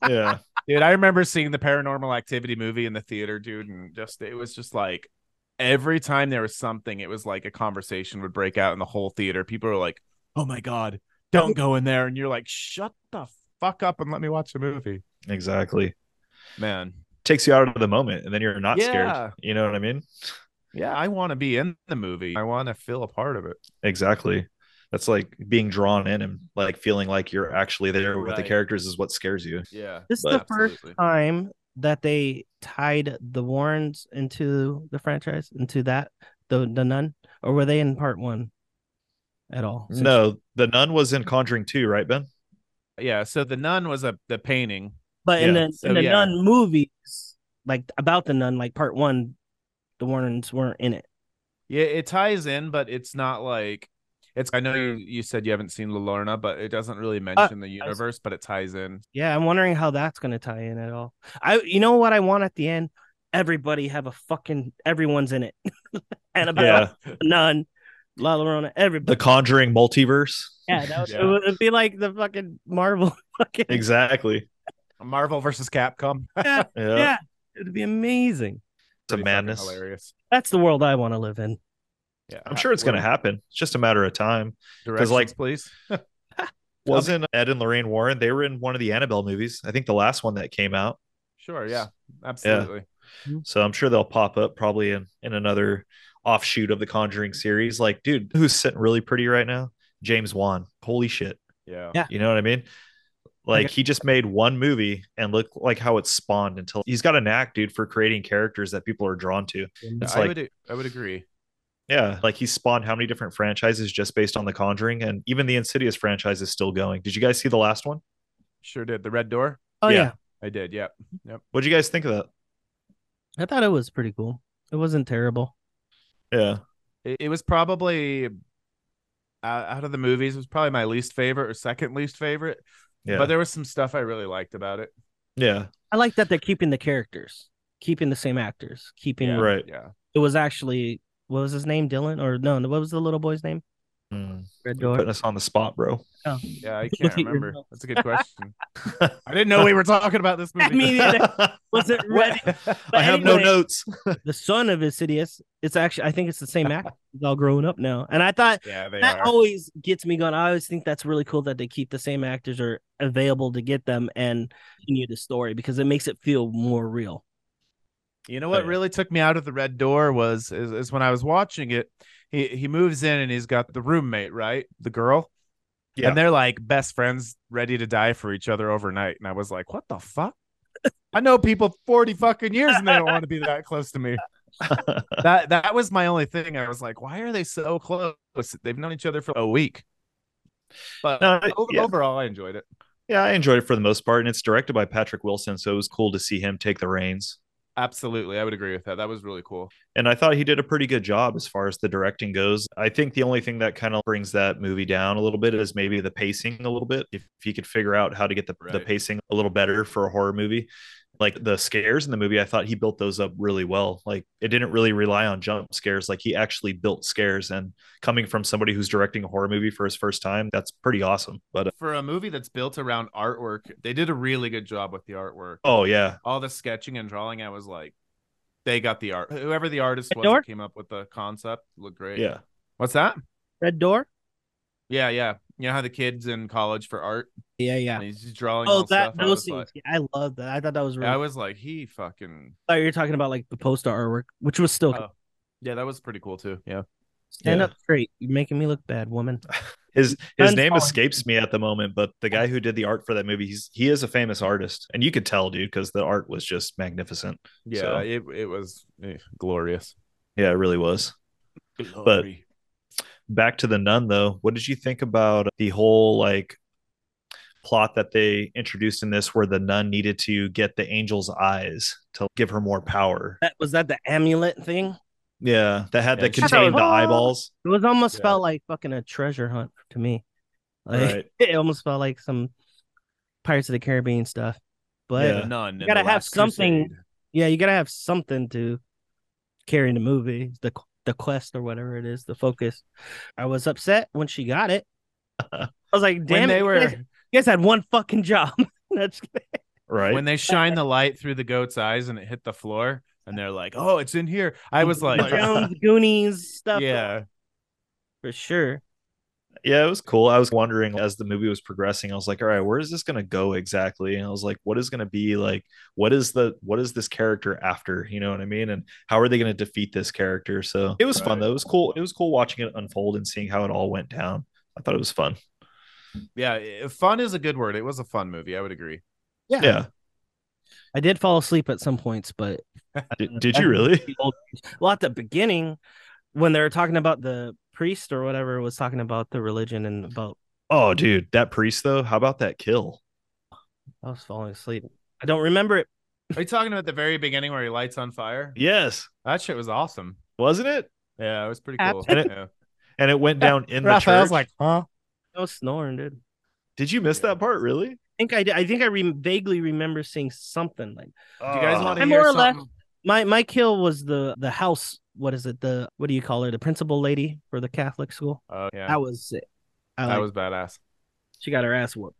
C: yeah.
A: dude, I remember seeing the Paranormal Activity movie in the theater, dude, and just it was just like every time there was something, it was like a conversation would break out in the whole theater. People were like, "Oh my god, don't go in there," and you're like, "Shut the fuck up and let me watch the movie,
C: Exactly.
A: man."
C: Takes you out of the moment and then you're not
A: Yeah.
C: scared. You know what I mean?
A: Yeah, I want to be in the movie. I want to feel a part of it.
C: Exactly. That's like being drawn in and like feeling like you're actually there with the
A: Right.
C: characters is what scares you.
A: Yeah.
B: This is
C: But
B: the first time that they tied the Warrens into the franchise, into that the the nun, or were they in part one at all? Since-
C: No, the nun was in Conjuring 2, right, Ben?
A: Yeah. So the nun was a the painting.
B: but in
C: yeah,
B: the
A: so
B: in the
A: yeah.
B: nun movies, like about the nun, like part one, the Warrens weren't in it.
A: Yeah, it ties in, but it's not like it's I know you, you said you haven't seen Lorna, but it doesn't
B: Uh,
A: really mention the universe, but it ties in.
B: Yeah, I'm wondering how that's gonna tie in at all. I you know what I want at the end? Everybody have a fucking everyone's in it. Annabelle,
C: Yeah.
B: nun, La Llorona, everybody.
C: The Conjuring multiverse.
B: Yeah, that would,
A: Yeah.
B: It would it'd be like the fucking Marvel fucking
C: Exactly.
A: Marvel versus Capcom.
B: yeah,
C: Yeah.
B: Yeah. it'd be amazing.
C: It's a
A: Pretty fucking
C: madness.
A: Hilarious.
B: That's the world I want to live in.
A: Yeah.
C: I'm sure it's going to happen. It's just a matter of time.
A: Directions,
C: like-
A: please.
C: Wasn't Ed and Lorraine Warren? They were in one of the Annabelle movies. I think the last one that came out.
A: Sure, yeah. Absolutely.
C: So I'm sure they'll pop up probably in, in another offshoot of the Conjuring series. Like, dude, who's sitting really pretty right now? James Wan. Holy shit.
A: Yeah.
B: Yeah.
C: You know what I mean? Like he just made one movie and look like how it spawned until he's got a knack, dude, for creating characters that people are drawn to. It's
A: I
C: like-
A: would I would agree.
C: Yeah. Like he spawned how many different franchises just based on the conjuring and even the insidious franchise is still going. Did you guys see the last one?
A: Sure did. The red door?
B: Oh yeah.
C: Yeah.
A: I did, yeah.
C: What'd you guys think of that?
B: I thought it was pretty cool. It wasn't terrible.
C: Yeah.
A: It, it was probably uh, out of the movies, it was probably my least favorite or second least favorite.
C: Yeah.
A: But there was some stuff I really liked about it.
C: yeah.
B: I like that they're keeping the characters, keeping the same actors, keeping.
A: Yeah,
C: Right.
A: Yeah.
B: It was actually what was his name, Dylan, or no? What was the little boy's name?
C: Mm.
B: Red
C: Putting us on the spot, bro.
A: Yeah, I
B: Look
A: can't
B: at your
A: remember.
B: notes.
A: That's a good question. I didn't know we were talking about this movie.
B: Me neither. Was it Red?
C: I have no
B: anyway-
C: notes.
B: the son of Insidious. It's actually I think it's the same actor. He's all grown up now, and I thought
A: yeah, they
B: that
A: are.
B: always gets me going. I always think that's really cool that they keep the same actors or available to get them and continue the story because it makes it feel more real.
A: You know what
C: Oh, yeah.
A: really took me out of the red door was is, is when I was watching it. He he moves in and he's got the roommate, right? The girl.
C: Yeah.
A: And they're like best friends, ready to die for each other overnight. And I was like, what the fuck? I know people 40 fucking years and they don't want to be that close to me. That that was my only thing. I was like, why are they so close? They've known each other for a week. But
C: No,
A: over,
C: yeah.
A: overall, I enjoyed it.
C: Yeah, I enjoyed it for the most part, and it's directed by Patrick Wilson, so it was cool to see him take the reins.
A: Absolutely. I would agree with that. That was really cool.
C: And I thought he did a pretty good job as far as the directing goes. I think the only thing that kind of brings that movie down a little bit is maybe the pacing a little bit. If, if he could figure out how to get the, the
A: Right.
C: pacing a little better for a horror movie, like the scares in the movie, I thought he built those up really well. Like it didn't really rely on jump scares, like he actually built scares. And coming from somebody who's directing a horror movie for his first time, that's pretty awesome. But uh,
A: For a movie that's built around artwork, they did a really good job with the artwork.
C: oh, yeah,
A: all the sketching and drawing, I was like, they got the art. Whoever the artist was
B: Door?
A: that came up with the concept looked great.
C: yeah.
A: What's that?
B: Red Door.
A: Yeah, yeah. You know how the kids in college for art,
B: Yeah, yeah.
A: and he's just drawing.
B: Oh,
A: all stuff.
B: that
A: I
B: those
A: was,
B: scenes.
A: like,
B: Yeah, I love that. I thought that was really.
A: I was like, he fucking.
B: I thought you were talking about like the poster artwork, which was still
A: Oh, Yeah, that was pretty cool too. Yeah.
B: stand
C: yeah.
B: up straight. You're making me look bad, woman.
C: His his name
B: Unsolved.
C: escapes me at the moment, but the guy who did the art for that movie, he's he is a famous artist, and you could tell, dude, because the art was just magnificent.
A: Yeah,
C: So-
A: it it was eh, glorious.
C: Yeah, it really was. Glory. Back to the nun, though. What did you think about the whole like plot that they introduced in this, where the nun needed to get the angel's eyes to give her more power?
B: That was that the amulet thing.
C: Yeah, that had
A: Yeah,
C: that
A: she-
C: contained the eyeballs.
B: It was almost
A: Yeah.
B: felt like fucking a treasure hunt to me. Like
C: Right.
B: it almost felt like some Pirates of the Caribbean stuff. But
C: Yeah.
B: yeah,
A: None.
B: You gotta have something- you gotta have something to carry the movie, the the quest or whatever it is, the focus. I was upset when she got it. I was like, damn,
A: When
B: it,
A: they
B: you
A: were
B: guys, you guys had one fucking job. That's
C: Right.
A: when they shine the light through the goat's eyes and it hit the floor and they're like, "Oh, it's in here." I was like,
B: Jones, Goonies stuff.
A: "Yeah,
B: for sure.
C: yeah, it was cool. I was wondering as the movie was progressing, I was like, all right, where is this gonna go exactly? And I was like, what is gonna be like what is the what is this character after? You know what I mean? And how are they gonna defeat this character? So it was fun
A: Right.
C: though. It was cool. It was cool watching it unfold and seeing how it all went down. I thought it was fun.
A: yeah." i- Fun is a good word. It was a fun movie. I would agree.
C: Yeah.
B: I did fall asleep at some points, but
C: Did, did you really?
B: well, at the beginning, when they were talking about the priest or whatever was talking about the religion and about
C: Oh dude, that priest though, how about that kill?
B: I was falling asleep. I don't remember it.
A: Are you talking about the very beginning where he lights on fire?
C: Yes,
A: That shit was awesome.
C: wasn't it?
A: Yeah, it was pretty cool.
C: And it-
A: yeah.
C: And it went down in the
A: Raphael's
C: church.
A: like, "Huh."
B: I was snoring, dude.
C: Did you miss that part really?
B: I think I did. I think I re- vaguely remember seeing something like
A: Do you guys want to
B: I'm
A: hear
B: more or less-
A: something?
B: my my kill was the the house. What is it? The what do you call her? The principal lady for the Catholic school.
A: Oh, yeah,
B: That was it. I
A: that
B: like,
A: was badass.
B: she got her ass whooped.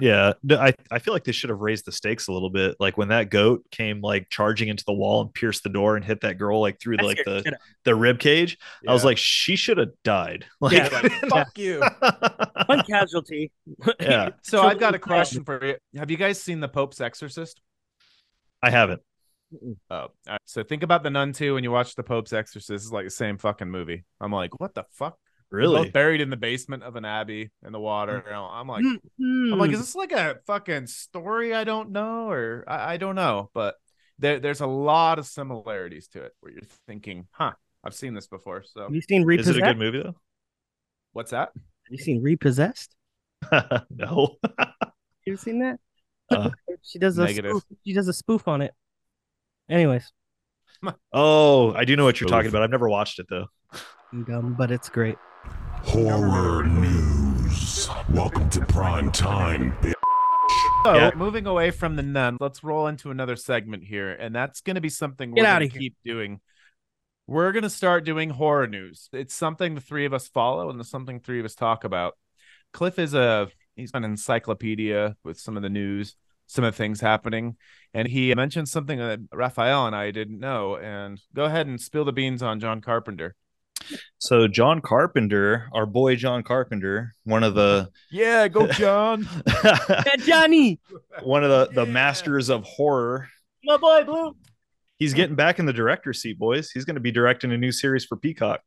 C: Yeah, th- I I feel like they should have raised the stakes a little bit. Like when that goat came like charging into the wall and pierced the door and hit that girl like through
B: I
C: like
B: scared
C: the
B: shit out-
C: the rib cage. I was
A: Yeah.
C: like, she should have died. Like,
B: Yeah,
A: "Fuck you."
B: one casualty.
C: yeah,
A: So I've got a question for you. Have you guys seen The Pope's Exorcist?
C: I haven't.
A: Oh, all right. so think about the Nun too when you watch The Pope's Exorcist. It's like the same fucking movie. I'm like, what the fuck? They're both
C: Really?
A: buried in the basement of an abbey in the water. You know, I'm like,
B: Mm-hmm.
A: I'm like, is this like a fucking story I don't know, or I, I don't know, but there, there's a lot of similarities to it where you're thinking, huh, I've seen this before. So
B: Have you seen
C: Is it
B: repossessed?
C: a good movie though?
A: what's that?
B: Have you seen repossessed?
C: no.
B: You ever seen that?
C: Uh,
B: she does a
A: negative.
B: spoof, she does a spoof on it. Anyways,
C: oh, I do know what you're talking
A: Oof.
C: about. I've never watched it though.
B: I'm dumb, but it's great.
D: Horror news. Welcome to prime time, bitch.
A: So
C: Yeah.
A: moving away from the nun, let's roll into another segment here, and that's going to be something
B: Get
A: we're
B: outta
A: going to
B: here.
A: keep doing. We're going to start doing horror news. It's something the three of us follow, and it's something three of us talk about. Cliff is a he's an encyclopedia with some of the news, some of the things happening, and he mentioned something that Raphael and I didn't know. And go ahead and spill the beans on John Carpenter.
C: So John Carpenter, our boy John Carpenter, one of the
A: Yeah, go John.
B: Yeah, Johnny,
C: one of the the
A: Yeah.
C: masters of horror
B: my boy Blue.
C: he's getting back in the director's seat, boys. He's going to be directing a new series for Peacock.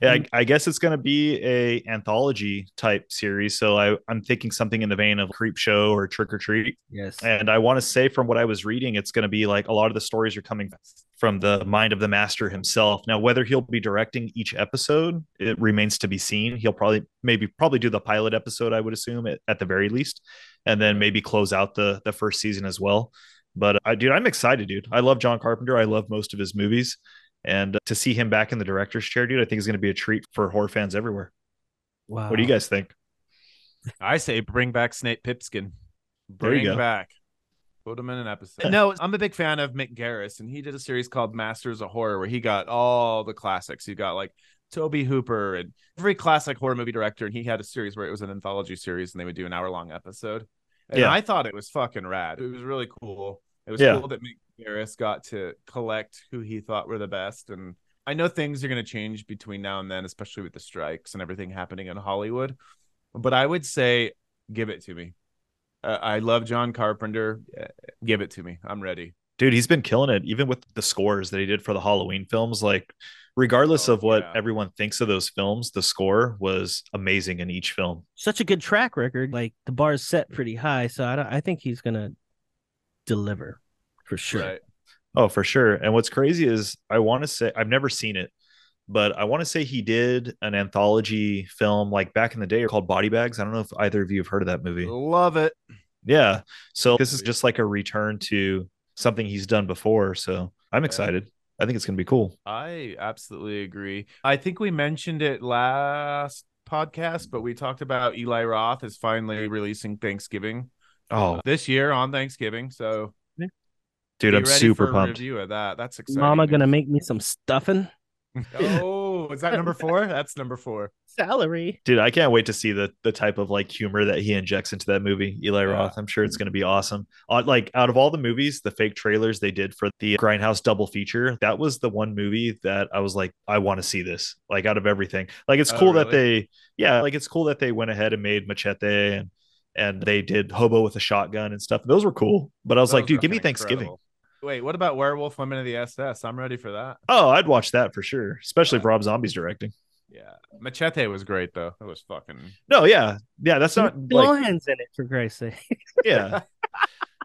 C: I, I guess it's going to be a anthology type series. So I, I'm thinking something in the vein of Creep Show or Trick or Treat.
B: Yes.
C: And I want to say, from what I was reading, it's going to be like a lot of the stories are coming from the mind of the master himself. Now, whether he'll be directing each episode, it remains to be seen. He'll probably maybe probably do the pilot episode, I would assume at, at the very least, and then maybe close out the the first season as well. But I, dude, I'm excited, dude. I love John Carpenter. I love most of his movies, and uh, to see him back in the director's chair, dude, I think is going to be a treat for horror fans everywhere.
B: Wow.
C: What do you guys think?
A: I say bring back Snape Pipskin.
C: There you
A: Bring
C: go.
A: back. Put him in an episode. no, I'm a big fan of Mick Garris, and he did a series called Masters of Horror where he got all the classics. He got like Toby Hooper and every classic horror movie director, and he had a series where it was an anthology series, and they would do an hour long episode. And
C: Yeah.
A: I thought it was fucking rad. It was really cool. It was
C: Yeah.
A: cool that Mick Garris got to collect who he thought were the best. And I know things are going to change between now and then, especially with the strikes and everything happening in Hollywood. But I would say, give it to me. Uh, I love John Carpenter. Uh, Give it to me. I'm ready.
C: dude he's been killing it even with the scores that he did for the halloween films like regardless
A: Oh,
C: of what
A: yeah.
C: everyone thinks of those films the score was amazing in each film
B: Such a good track record. Like the bar's set pretty high, so I don't, I think he's gonna deliver for sure.
A: Right.
C: oh for sure and what's crazy is i want to say i've never seen it but i want to say he did an anthology film like back in the day called body bags i don't know if either of you have heard of that movie
A: Love it.
C: yeah so this is just like a return to something he's done before so i'm excited I think it's going to be cool.
A: I absolutely agree. I think we mentioned it last podcast, but we talked about Eli Roth is finally releasing Thanksgiving
C: Oh,
A: this year on Thanksgiving. So
C: dude,
A: Uh, be
C: I'm
A: ready
C: super
A: for a
C: pumped.
A: Review of that. That's exciting.
B: Mama gonna make me some stuffing.
A: Oh, is that number four? That's number four.
B: Salary.
C: Dude, I can't wait to see the the type of like humor that he injects into that movie, Eli
A: Yeah.
C: Roth. I'm sure it's going to be awesome. Uh, like out of all the movies, the fake trailers they did for the Grindhouse double feature, that was the one movie that I was like, I want to see this. Like out of everything, like it's
A: Oh,
C: cool that
A: really?
C: they, yeah, like it's cool that they went ahead and made Machete and and they did Hobo with a shotgun and stuff. Those were cool, but I was
A: That
C: like, dude, give me
A: fucking
C: Thanksgiving.
A: incredible. Wait, what about Werewolf Women of the SS? I'm ready for that.
C: Oh, I'd watch that for sure, especially
A: Yeah.
C: if Rob Zombie's directing.
A: Yeah. Machete was great though. It was fucking
C: No, yeah, yeah, that's not like
B: Lions in it for Christ's sake.
C: yeah.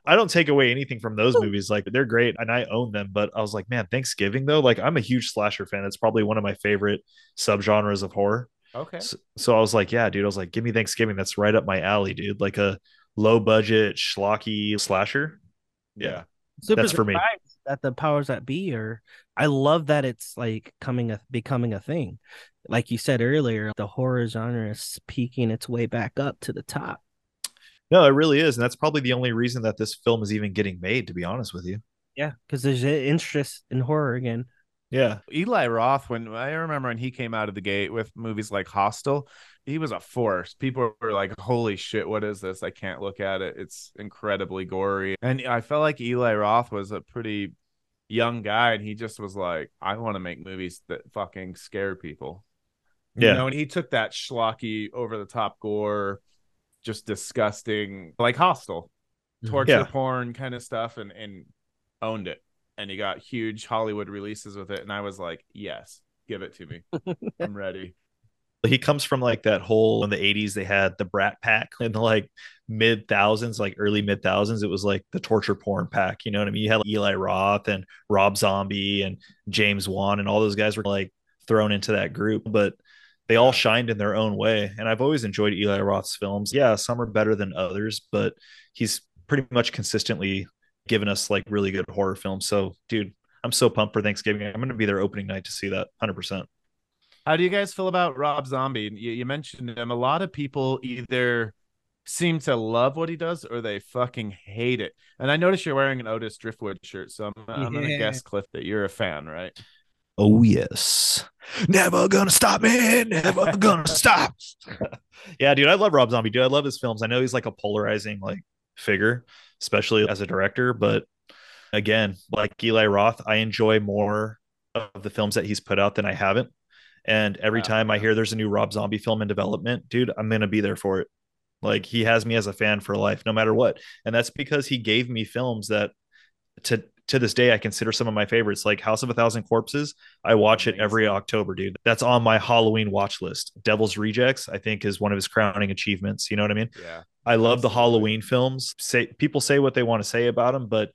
C: I don't take away anything from those movies. Like they're great and I own them, but I was like, man, Thanksgiving though, like I'm a huge slasher fan. It's probably one of my favorite subgenres of horror.
A: okay.
C: S- So I was like, yeah, dude. I was like, give me Thanksgiving. That's right up my alley, dude. Like a low budget, schlocky slasher. Yeah.
B: Super
C: That's for me.
B: surprised That the powers that be are. I love that it's like coming a becoming a thing. Like you said earlier, the horror genre is peeking its way back up to the top.
C: No, it really is. And that's probably the only reason that this film is even getting made, to be honest with you.
B: Yeah, because there's a- interest in horror again.
C: Yeah.
A: Eli Roth, when I remember when he came out of the gate with movies like Hostel, he was a force. People were like, "Holy shit, what is this? I can't look at it. It's incredibly gory." And I felt like Eli Roth was a pretty young guy, and he just was like, "I want to make movies that fucking scare people."
C: Yeah.
A: You know, and he took that schlocky, over the top gore, just disgusting, like Hostel, torture
C: Yeah.
A: porn kind of stuff, and and owned it and he got huge Hollywood releases with it. And I was like, yes, give it to me. I'm ready.
C: he comes from like that whole in the 80s they had the brat pack in the like mid thousands like early mid thousands it was like the torture porn pack you know what i mean you had like, eli roth and rob zombie and james wan and all those guys were like thrown into that group but they all shined in their own way and i've always enjoyed eli roth's films yeah some are better than others but he's pretty much consistently given us like really good horror films so dude i'm so pumped for thanksgiving i'm going to be there opening night to see that 100%
A: How do you guys feel about Rob Zombie? You, you mentioned him. A lot of people either seem to love what he does or they fucking hate it. And I notice you're wearing an Otis Driftwood shirt. So I'm, I'm going to
B: Yeah.
A: guess, Cliff, that you're a fan, right?
C: Oh yes. Never gonna stop me. Never gonna stop. yeah, dude, I love Rob Zombie, dude. I love his films. I know he's like a polarizing like figure, especially as a director, but again, like Eli Roth, I enjoy more of the films that he's put out than I haven't. And every
A: Wow.
C: time I hear there's a new Rob Zombie film in development, dude, I'm gonna be there for it. Like he has me as a fan for life, no matter what. And that's because he gave me films that to to this day I consider some of my favorites, like House of a Thousand Corpses. I watch it every October, dude. That's on my Halloween watch list. Devil's Rejects, I think, is one of his crowning achievements. You know what I mean?
A: Yeah.
C: I love the
A: Absolutely.
C: Halloween films. Say people say what they want to say about them, but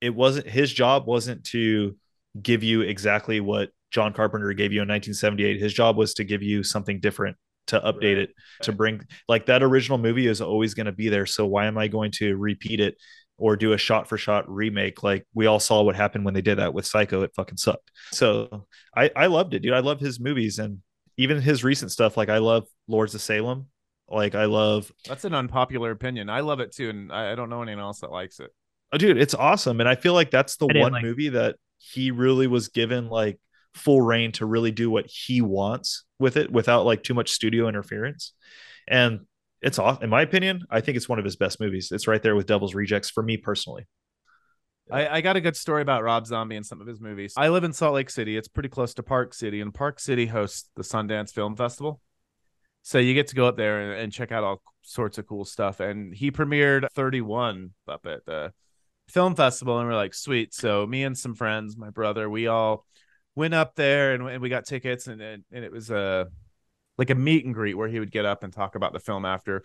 C: it wasn't his job wasn't to give you exactly what John Carpenter gave you in 1978. His job was to give you something different, to update
A: Right.
C: it, to bring like that original movie is always going to be there. So why am I going to repeat it or do a shot for shot remake? Like we all saw what happened when they did that with Psycho. It fucking sucked. So I I loved it, dude. I love his movies and even his recent stuff. Like I love Lords of Salem. Like I love
A: That's an unpopular opinion. I love it too. And I, I don't know anyone else that likes it.
C: Oh, dude, it's awesome. And I feel like that's the
B: I didn't
C: one
B: like-
C: movie that he really was given like full reign to really do what he wants with it without like too much studio interference. And it's off, in my opinion, I think it's one of his best movies. It's right there with Devil's Rejects for me personally.
A: I, I got a good story about Rob Zombie and some of his movies. I live in Salt Lake City. It's pretty close to Park City, and Park City hosts the Sundance Film Festival. So you get to go up there and, and check out all sorts of cool stuff. And he premiered 31 up at the film festival, and we're like, sweet. So me and some friends, my brother, we all went up there and, and we got tickets, and, and and it was a like a meet and greet where he would get up and talk about the film after.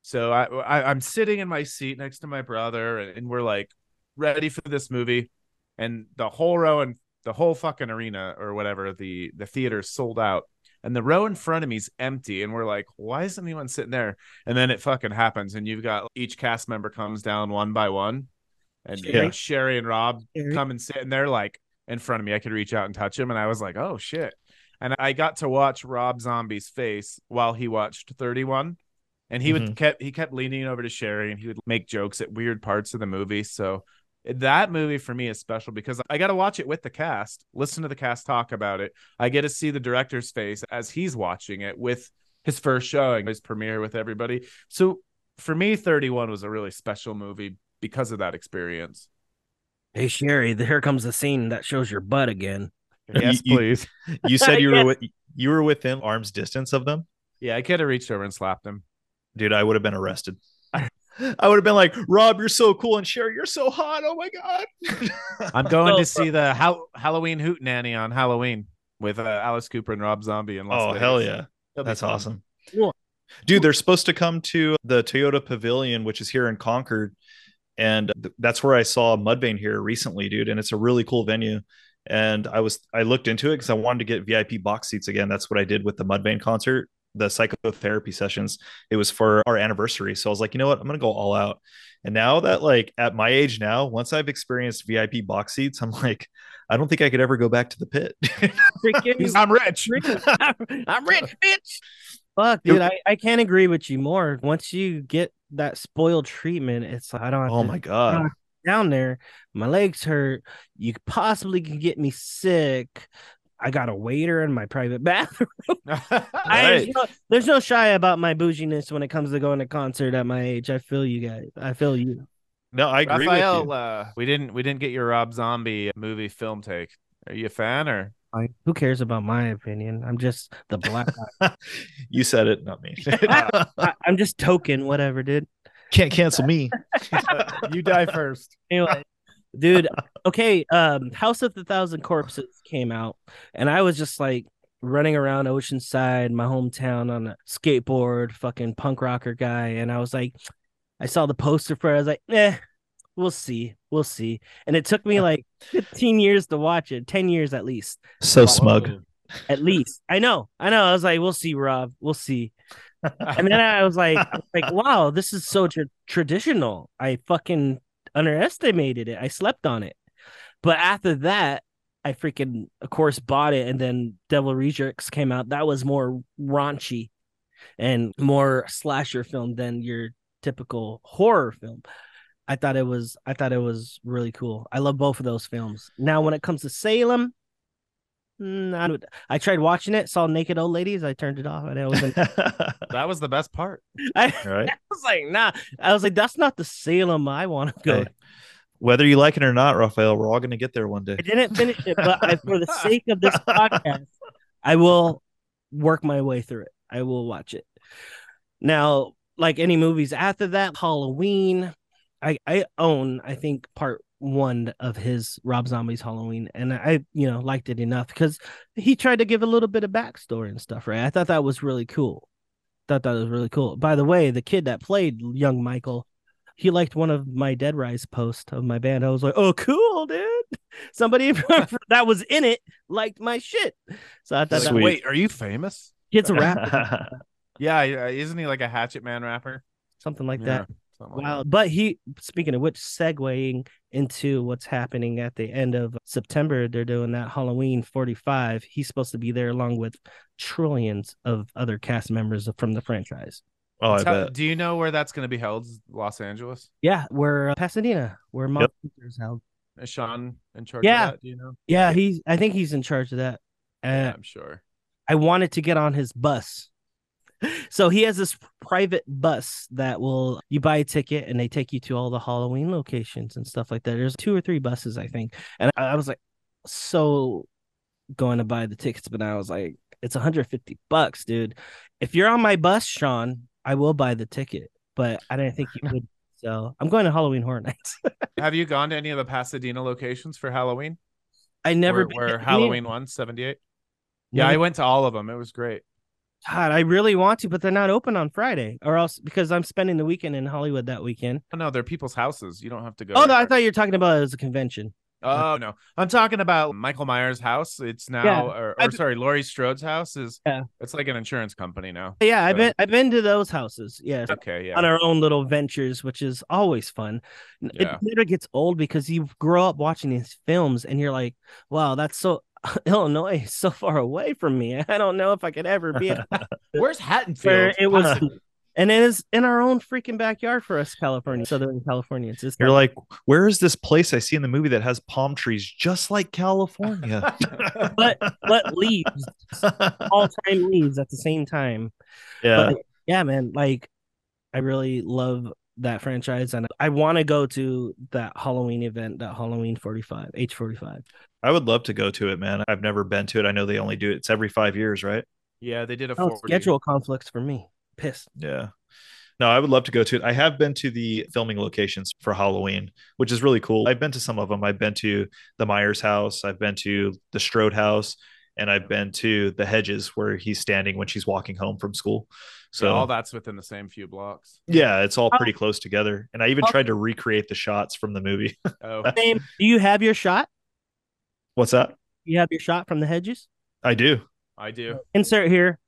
A: So I, I I'm sitting in my seat next to my brother, and, and we're like ready for this movie and the whole row and the whole fucking arena or whatever the the theater's sold out and the row in front of me's empty and we're like why isn't anyone sitting there and then it fucking happens and you've got each cast member comes down one by one and
C: Yeah.
A: Sherry and Rob
B: Eric,
A: come and sit and they're like in front of me. I could reach out and touch him. And I was like, oh shit. And I got to watch Rob Zombie's face while he watched 31. And he would
C: Mhm.
A: kept he kept leaning over to Sherry and he would make jokes at weird parts of the movie. So that movie for me is special because I got to watch it with the cast, listen to the cast talk about it. I get to see the director's face as he's watching it with his first showing, his premiere with everybody. So for me, 31 was a really special movie because of that experience.
B: Hey Sherry, here comes the scene that shows your butt again.
A: Yes,
C: You- you-
A: please.
C: You said you
B: Yeah.
C: were with, you were within arm's distance of them,
A: Yeah, I could have reached over and slapped him.
C: dude. I would have been arrested. I, would have been like, Rob, you're so cool, and Sherry, you're so hot. Oh my god.
A: I'm going
B: Well,
A: to see the Hal- Halloween Hoot Nanny on Halloween with uh, Alice Cooper and Rob Zombie in Las
C: oh
A: Vegas.
C: hell yeah.
A: That'll be
C: That's
A: fun.
C: awesome.
B: Cool.
C: Dude, they're supposed to come to the Toyota Pavilion, which is here in Concord. And th- that's where I saw Mudvayne here recently, dude. And it's a really cool venue. And I was, I looked into it because I wanted to get VIP box seats again. That's what I did with the Mudvayne concert, the psychotherapy sessions. It was for our anniversary. So I was like, you know what? I'm going to go all out. And now that, like, at my age now, once I've experienced VIP box seats, I'm like, I don't think I could ever go back to the pit.
B: Freaking
A: I'm rich.
B: I'm rich, bitch. Fuck, dude, I, I can't agree with you more. Once you get that spoiled treatment, it's like I don't have
C: oh
B: to
C: my God.
B: down there. My legs hurt. You possibly can get me sick. I got a waiter in my private bathroom. I-
C: Right.
B: there's, no, there's no shy about my bouginess when it comes to going to concert at my age. I feel you guys. I feel you.
C: No, I agree. with you.
A: Raphael, uh, we didn't we didn't get your Rob Zombie movie film take. Are you a fan or
B: Who cares about my opinion? I'm just the black.
C: you said it, not me.
B: I, I'm just token, whatever, dude.
C: Can't cancel me.
A: you die first?
B: Anyway, dude. Okay, um, House of the Thousand Corpses came out, and I was just like running around Oceanside, my hometown, on a skateboard, fucking punk rocker guy, and I was like, I saw the poster for it. I was like, eh, we'll see, we'll see. And it took me like 15 years to watch it, 10 years at least,
C: So smug.
B: at least. I know, I know. I was like, we'll see, Rob, we'll see. And then I was like, I was like, wow, this is so tra- traditional. I fucking underestimated it. I slept on it. But after that, I freaking, of course, bought it. And then Devil Rejects came out. That was more raunchy and more slasher film than your typical horror film. I thought it was, I thought it was really cool. I love both of those films. Now, when it comes to Salem, mm, I, would- I tried watching it, saw naked old ladies. I turned it off, and I was in,
A: That was the best part.
B: I,
C: right.
B: I was like, nah. I was like, that's not the Salem I want to go.
C: Hey, Whether you like it or not, Raphael, we're all going to get there one day.
B: I didn't finish it, but I, for the sake of this podcast, I will work my way through it. I will watch it. Now, like any movies after that, Halloween, I, I own, I think, part one of his Rob Zombie's Halloween, and I, you know, liked it enough because he tried to give a little bit of backstory and stuff, right? I thought that was really cool. Thought that was really cool. By the way, the kid that played young Michael, he liked one of my Dead Rise posts of my band. I was like, oh, cool, dude. Somebody from- that was in it liked my shit. So I thought
A: Like,
B: that
C: Sweet.
A: wait, are you famous?
B: kid's a rapper,
A: Yeah, I- I- isn't he like a Hatchet Man rapper?
B: something like
A: Yeah,
B: that.
A: something like
B: Wow. But he, speaking of which, segueing into what's happening at the end of September, they're doing that Halloween 45. He's supposed to be there along with trillions of other cast members from the franchise.
C: oh, I
A: that. Tell-
C: bet.
A: do you know where that's going to be held? Los Angeles?
B: Yeah, we're uh, Pasadena, where Mom is held.
A: Is Sean in charge?
B: Yeah.
A: Of that? Do you know?
B: Yeah, he's. I think he's in charge of that. Uh,
A: yeah, I'm sure.
B: I wanted to get on his bus. So he has this private bus that will you buy a ticket and they take you to all the Halloween locations and stuff like that. There's two or three buses, I think. And I I was like, so going to buy the tickets, but I was like, it's 150 bucks, dude. If you're on my bus, Sean, I will buy the ticket, but I didn't think you would. So I'm going to Halloween Horror Nights.
A: Have you gone to any of the Pasadena locations for Halloween?
B: I never
A: Where-
B: been
A: where,
B: to any-
A: Halloween one seventy eight. Yeah,
B: never-
A: I went to all of them. It was great.
B: God, I really want to, but they're not open on Friday, or else because I'm spending the weekend in Hollywood that weekend.
A: Oh, no, they're people's houses. You don't have to go.
B: Oh no, I
A: there.
B: thought you were talking about it as a convention.
A: Oh no, I'm talking about Michael Myers' house. It's now,
B: Yeah.
A: or, or
B: I've-
A: sorry, Laurie Strode's house is.
B: Yeah.
A: It's like an insurance company now.
B: Yeah, I've
A: But-
B: been I've been to those houses. Yeah,
A: Okay, yeah.
B: on our own little ventures, which is always fun. N-
A: Yeah.
B: It never gets old because you grow up watching these films and you're like, wow, that's so Illinois is so far away from me. I don't know if I could ever be at
A: Where's
B: where
A: Hattonfield?
B: it was. And it is in our own freaking backyard for us, California, Southern Californians. It's
C: You're
B: like,
C: like, where is this place I see in the movie that has palm trees just like California?
B: but leaves, all time leaves at the same time.
C: yeah.
B: But yeah, man, like I really love that franchise and I want to go to that Halloween event, that Halloween 45, H45.
C: I would love to go to it, man. I've never been to it. I know they only do it. It's every five years, right?
A: yeah, they did a
B: Oh,
A: 40.
B: schedule conflicts for me. Pissed.
C: Yeah. No, I would love to go to it. I have been to the filming locations for Halloween, which is really cool. I've been to some of them. I've been to the Myers house, I've been to the Strode house, and I've been to the Hedges where he's standing when she's walking home from school. So
A: So all that's within the same few blocks.
C: yeah, it's all
B: Oh.
C: pretty close together. And I even
B: Oh.
C: tried to recreate the shots from the movie.
A: Oh,
B: Same. Do you have your shot?
C: What's that?
B: You have your shot from the hedges?
C: I do.
A: I do.
B: Insert here.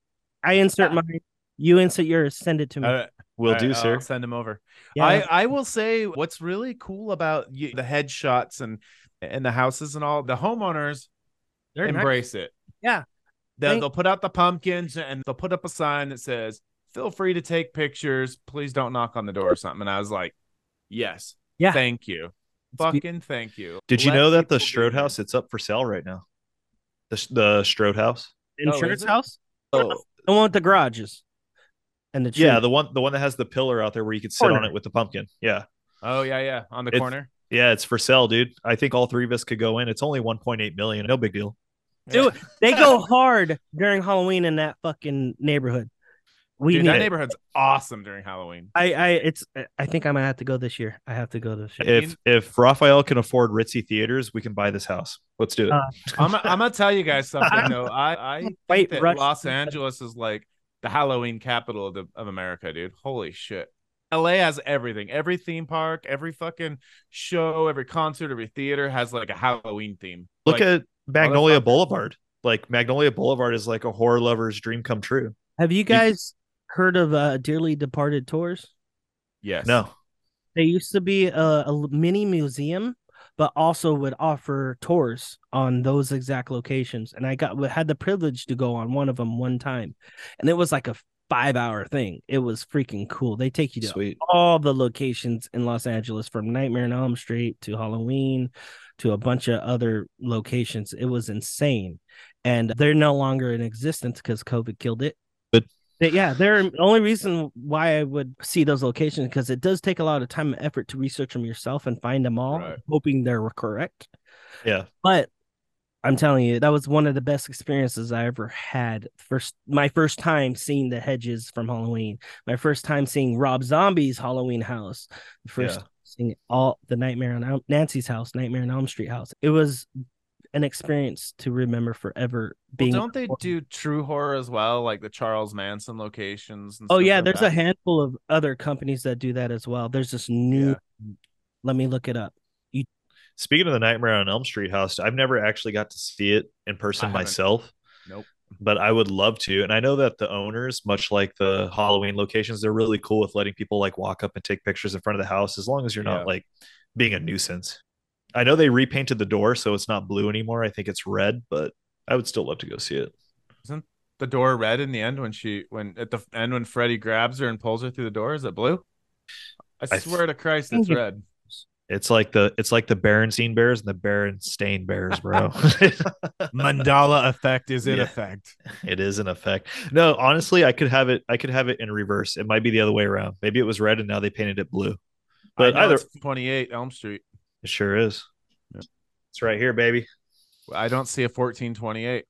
B: I insert mine. You insert yours. Send it to me.
A: Uh,
C: Will
A: all
C: do,
A: right,
C: sir.
A: I'll send them over.
B: yeah.
A: I, I will say what's really cool about you, the headshots and and the houses and all the homeowners
B: They're nice.
A: embrace it.
B: Yeah.
A: They'll,
B: They-
A: they'll put out the pumpkins and they'll put up a sign that says, feel free to take pictures. Please don't knock on the door or something. And I was like, yes.
B: Yeah.
A: Thank you. Fucking thank you.
C: Did you
A: Let
C: know that the
A: people be
C: Strode
A: here.
C: house it's up for sale right now? The the Strode house.
B: Insurance
A: is it?
B: house?
C: Oh,
B: The one with the garages. And the tree.
C: yeah, the one the one that has the pillar out there where you could sit on
B: Corner.
C: it with the pumpkin. Yeah,
A: Oh, yeah, yeah. On the
C: It's-
A: corner.
C: yeah, it's for sale, dude. I think all three of us could go in. It's only 1.8 million. No big deal.
B: Do it. they go hard during Halloween in that fucking neighborhood. We
A: Dude,
B: need
A: that neighborhood's awesome during Halloween.
B: I, I it's I think I'm gonna have to go this year. I have to go this year.
C: If if Raphael can afford ritzy theaters, we can buy this house. Let's do it.
B: Uh,
A: I'm, I'm going to tell you guys something, though. I, I
B: Wait,
A: that
B: Rush-
A: Los Angeles is like the Halloween capital of, the, of America, dude. Holy shit. LA has everything. Every theme park, every fucking show, every concert, every theater has like a Halloween theme.
C: Look
A: Like, oh,
C: at Magnolia
A: motherfucker.
C: Boulevard. Like Magnolia Boulevard is like a horror lover's dream come true.
B: Have you guys heard of uh, Dearly Departed Tours?
A: yes.
C: No,
B: There used to be a, a l- mini museum, but also would offer tours on those exact locations. And I got had the privilege to go on one of them one time, and it was like a five hour thing. It was freaking cool. They take you to
C: sweet.
B: all the locations in Los Angeles, from Nightmare on Elm Street to Halloween to a bunch of other locations. It was insane, and they're no longer in existence because COVID killed it.
C: Good.
B: But yeah, they're the only reason why I would see those locations because it does take a lot of time and effort to research them yourself and find them all,
A: Right.
B: hoping they're correct.
C: Yeah.
B: But I'm telling you, that was one of the best experiences I ever had. First, my first time seeing the hedges from Halloween, my first time seeing Rob Zombie's Halloween house, the first
C: Yeah.
B: time seeing all the Nightmare on Elm, Nancy's house, Nightmare on Elm Street house. It was an experience to remember forever.
A: Well,
B: Being
A: don't they do true horror as well, like the Charles Manson locations? And
B: Oh
A: stuff
B: yeah,
A: like
B: there's a
A: that?
B: handful of other companies that do that as well. There's this new. Let me look it up.
C: Speaking of the Nightmare on Elm Street house, I've never actually got to see it in person
A: haven't.
C: myself.
A: Nope.
C: But I would love to. And I know that the owners, much like the Halloween locations, they're really cool with letting people like walk up and take pictures in front of the house as long as you're
A: Yeah.
C: not like being a nuisance. I know they repainted the door so it's not blue anymore. I think it's red, but I would still love to go see it.
A: the door red in the end when she when at the end when Freddy grabs her and pulls her through the door. Is it blue? I
C: I-
A: swear to Christ, it's
B: Thank you.
A: red.
C: It's like the it's like the Berenstain Bears and the Berenstain Bears, bro.
A: Mandala effect is
C: in Yeah.
A: effect.
C: It is an effect. No, honestly, I could have it. I could have it in reverse. It might be the other way around. Maybe it was red and now they painted it blue. But either
A: twenty eight Elm Street.
C: it sure is.
A: Yeah.
C: It's right here, baby.
A: I don't see a fourteen twenty eight.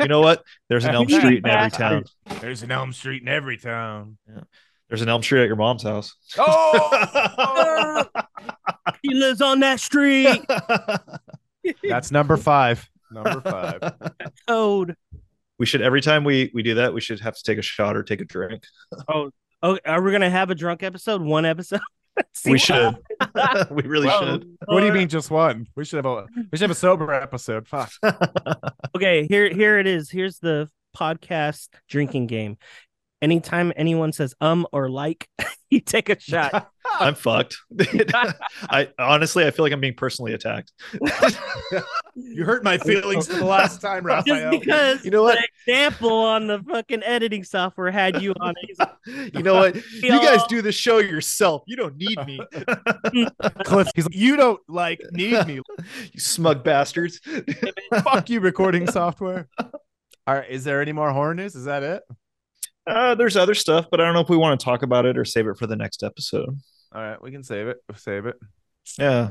C: You know what? There's an Elm
A: You
C: Street in every
B: bastard.
C: town.
A: There's an Elm Street in every town.
C: There's an Elm Street at your mom's house.
A: Oh,
B: He lives on that street.
A: that's number five. Number five.
B: Code.
C: we should every time we we do that, we should have to take a shot or take a drink.
B: Oh, are we gonna have a drunk episode? One episode.
C: we should. we really
A: Wow.
C: should.
A: What do you mean just one? We should have a we should have a sober episode. Fuck.
B: Okay, here here it is. Here's the podcast drinking game. Anytime anyone says um or like, you take a shot.
C: I'm fucked. I honestly, I feel like I'm being personally attacked.
A: You hurt my feelings the last time,
B: Just because
C: You know what?
B: the example on the fucking editing software had you on it. He's like,
C: You know what? You guys do the show yourself. You don't need me.
A: Cliff, he's like, you don't like need me.
C: You smug bastards.
A: Fuck you, recording software. All right, is there any more horror news? Is that it?
C: Uh, there's other stuff, but I don't know if we want to talk about it or save it for the next episode.
A: All right, we can save it. Save it.
C: Yeah.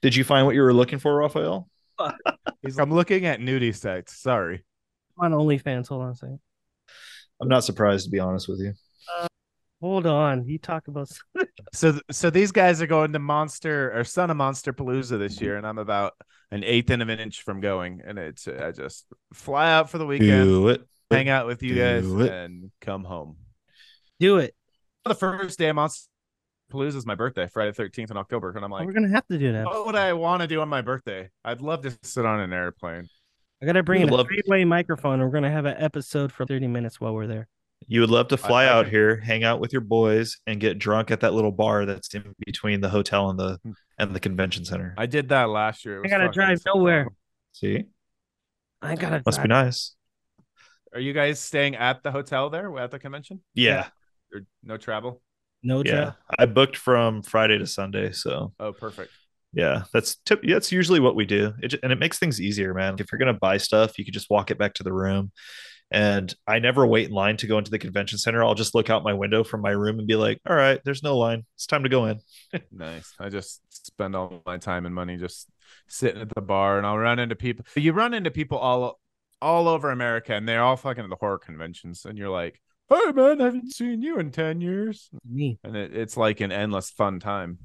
C: Did you find what you were looking for, Raphael?
A: He's like, I'm looking at nudie sites. Sorry.
B: on OnlyFans. Hold on a second.
C: I'm not surprised, to be honest with you.
B: Hold on. You talk about
A: So th- so these guys are going to Monster or Son of Monster Palooza
C: Mm-hmm.
A: this year, and I'm about an eighth of an inch from going, and it's uh, I just fly out for the weekend,
C: Do it.
A: hang out with you guys,
C: Do it.
A: and come home.
B: do it.
A: The first day of Monster Palooza is my birthday, Friday thirteenth in October, and I'm like,
C: Oh,
B: We're gonna have to do that.
A: what would I want to do on my birthday? I'd love to sit on an airplane.
B: I gotta bring in
C: Love-
B: a three-way microphone. and We're gonna have an episode for 30 minutes while we're there.
C: You would love to fly
A: I
C: out
A: think-
C: here, hang out with your boys, and get drunk at that little bar that's in between the hotel and the and the convention center.
A: I did that last year. It
B: I
A: was
B: gotta
A: fucking
B: drive
A: so
B: nowhere.
A: fun.
C: See,
B: I gotta.
C: must be
B: drive.
C: nice.
A: Are you guys staying at the hotel there at the convention?
C: Yeah,
A: Or no travel?
B: no
C: yeah.
B: job.
C: I booked from Friday to Sunday, so
A: Oh, perfect.
C: yeah, that's tip. yeah, That's usually what we do, it, ju- and it makes things easier, man. If you're gonna buy stuff, you can just walk it back to the room. And I never wait in line to go into the convention center. I'll just look out my window from my room and be like, "All right, there's no line. It's time to go in."
A: Nice. I just spend all my time and money just sitting at the bar and I'll run into people. You run into people all all over America and they're all fucking at the horror conventions and you're like, "Hey man, haven't seen you in 10 years."
B: Me.
A: And it, it's like an endless fun time.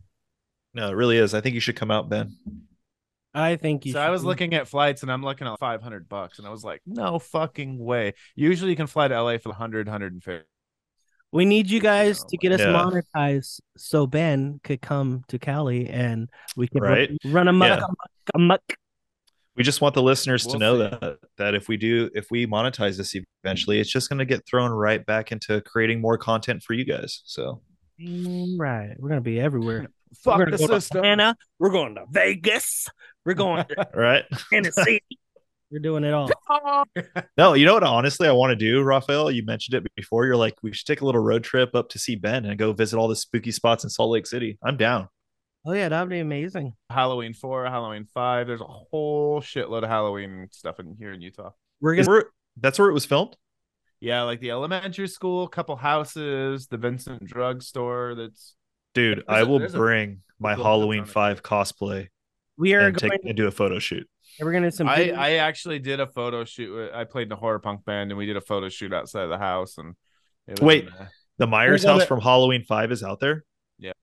C: No, it really is. I think you should come out, Ben.
B: I think you.
A: so I was
B: should.
A: looking at flights and I'm looking at 500 bucks and I was like, "No fucking way." Usually you can fly to LA for 100 150.
B: We need you guys
A: know,
B: to get us
C: yeah.
B: monetized so Ben could come to Cali and we could
C: Right?
B: run, run amok,
C: Yeah.
B: amok, amok.
C: We just want the listeners to
A: We'll
C: know
A: see.
C: that that if we do if we monetize this eventually, it's just going to get thrown right back into creating more content for you guys. So
B: Mm, Right. We're going to be everywhere.
A: Fuck
B: we're
A: the
B: gonna go to
A: system.
B: Atlanta. We're going to Vegas. We're going to
C: right?
B: Tennessee. We're doing it all.
C: No, you know what? Honestly, I want to do, Raphael. You mentioned it before. You're like, we should take a little road trip up to see Ben and go visit all the spooky spots in Salt Lake City. I'm down.
B: Oh, yeah. That'd be amazing.
A: Halloween 4, Halloween 5. There's a whole shitload of Halloween stuff in here in Utah.
B: We're
C: Is
B: going to.
C: where- that's where it was filmed.
A: Yeah, like the elementary school, couple houses, the Vincent Drug Store. That's
C: Dude,
A: There's
C: I
A: a-
C: will
A: there's a-
C: bring my
A: cool
C: Halloween
A: electronic.
C: five cosplay
B: We are
C: and
B: going.
C: take and do a photo shoot.
B: we're going to some.
A: I,
B: video-
A: I actually did a photo shoot. with- I played in a horror punk band, and we did a photo shoot outside of the house. And it was
C: Wait.
A: in the-
C: The Myers
B: go
C: house
B: to-
C: from Halloween five is out there.
A: Yeah.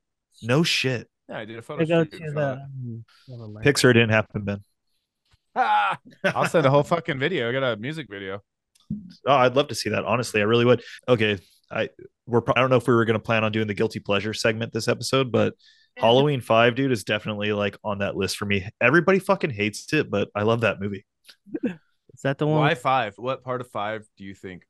C: No shit.
A: yeah, I did a photo
B: I go
A: shoot.
B: to
A: in
B: the.
A: front
B: um, never mind.
C: Pixar didn't happen, Ben.
A: of- Ah! I'll send a whole fucking video. I got a music video.
C: Oh, I'd love to see that. Honestly, I really would. Okay, I we're pro- I don't know if we were going to plan on doing the guilty pleasure segment this episode, but Halloween Five, dude, is definitely like on that list for me. Everybody fucking hates it, but I love that movie.
B: Is that the one?
A: Why five? What part of five do you think?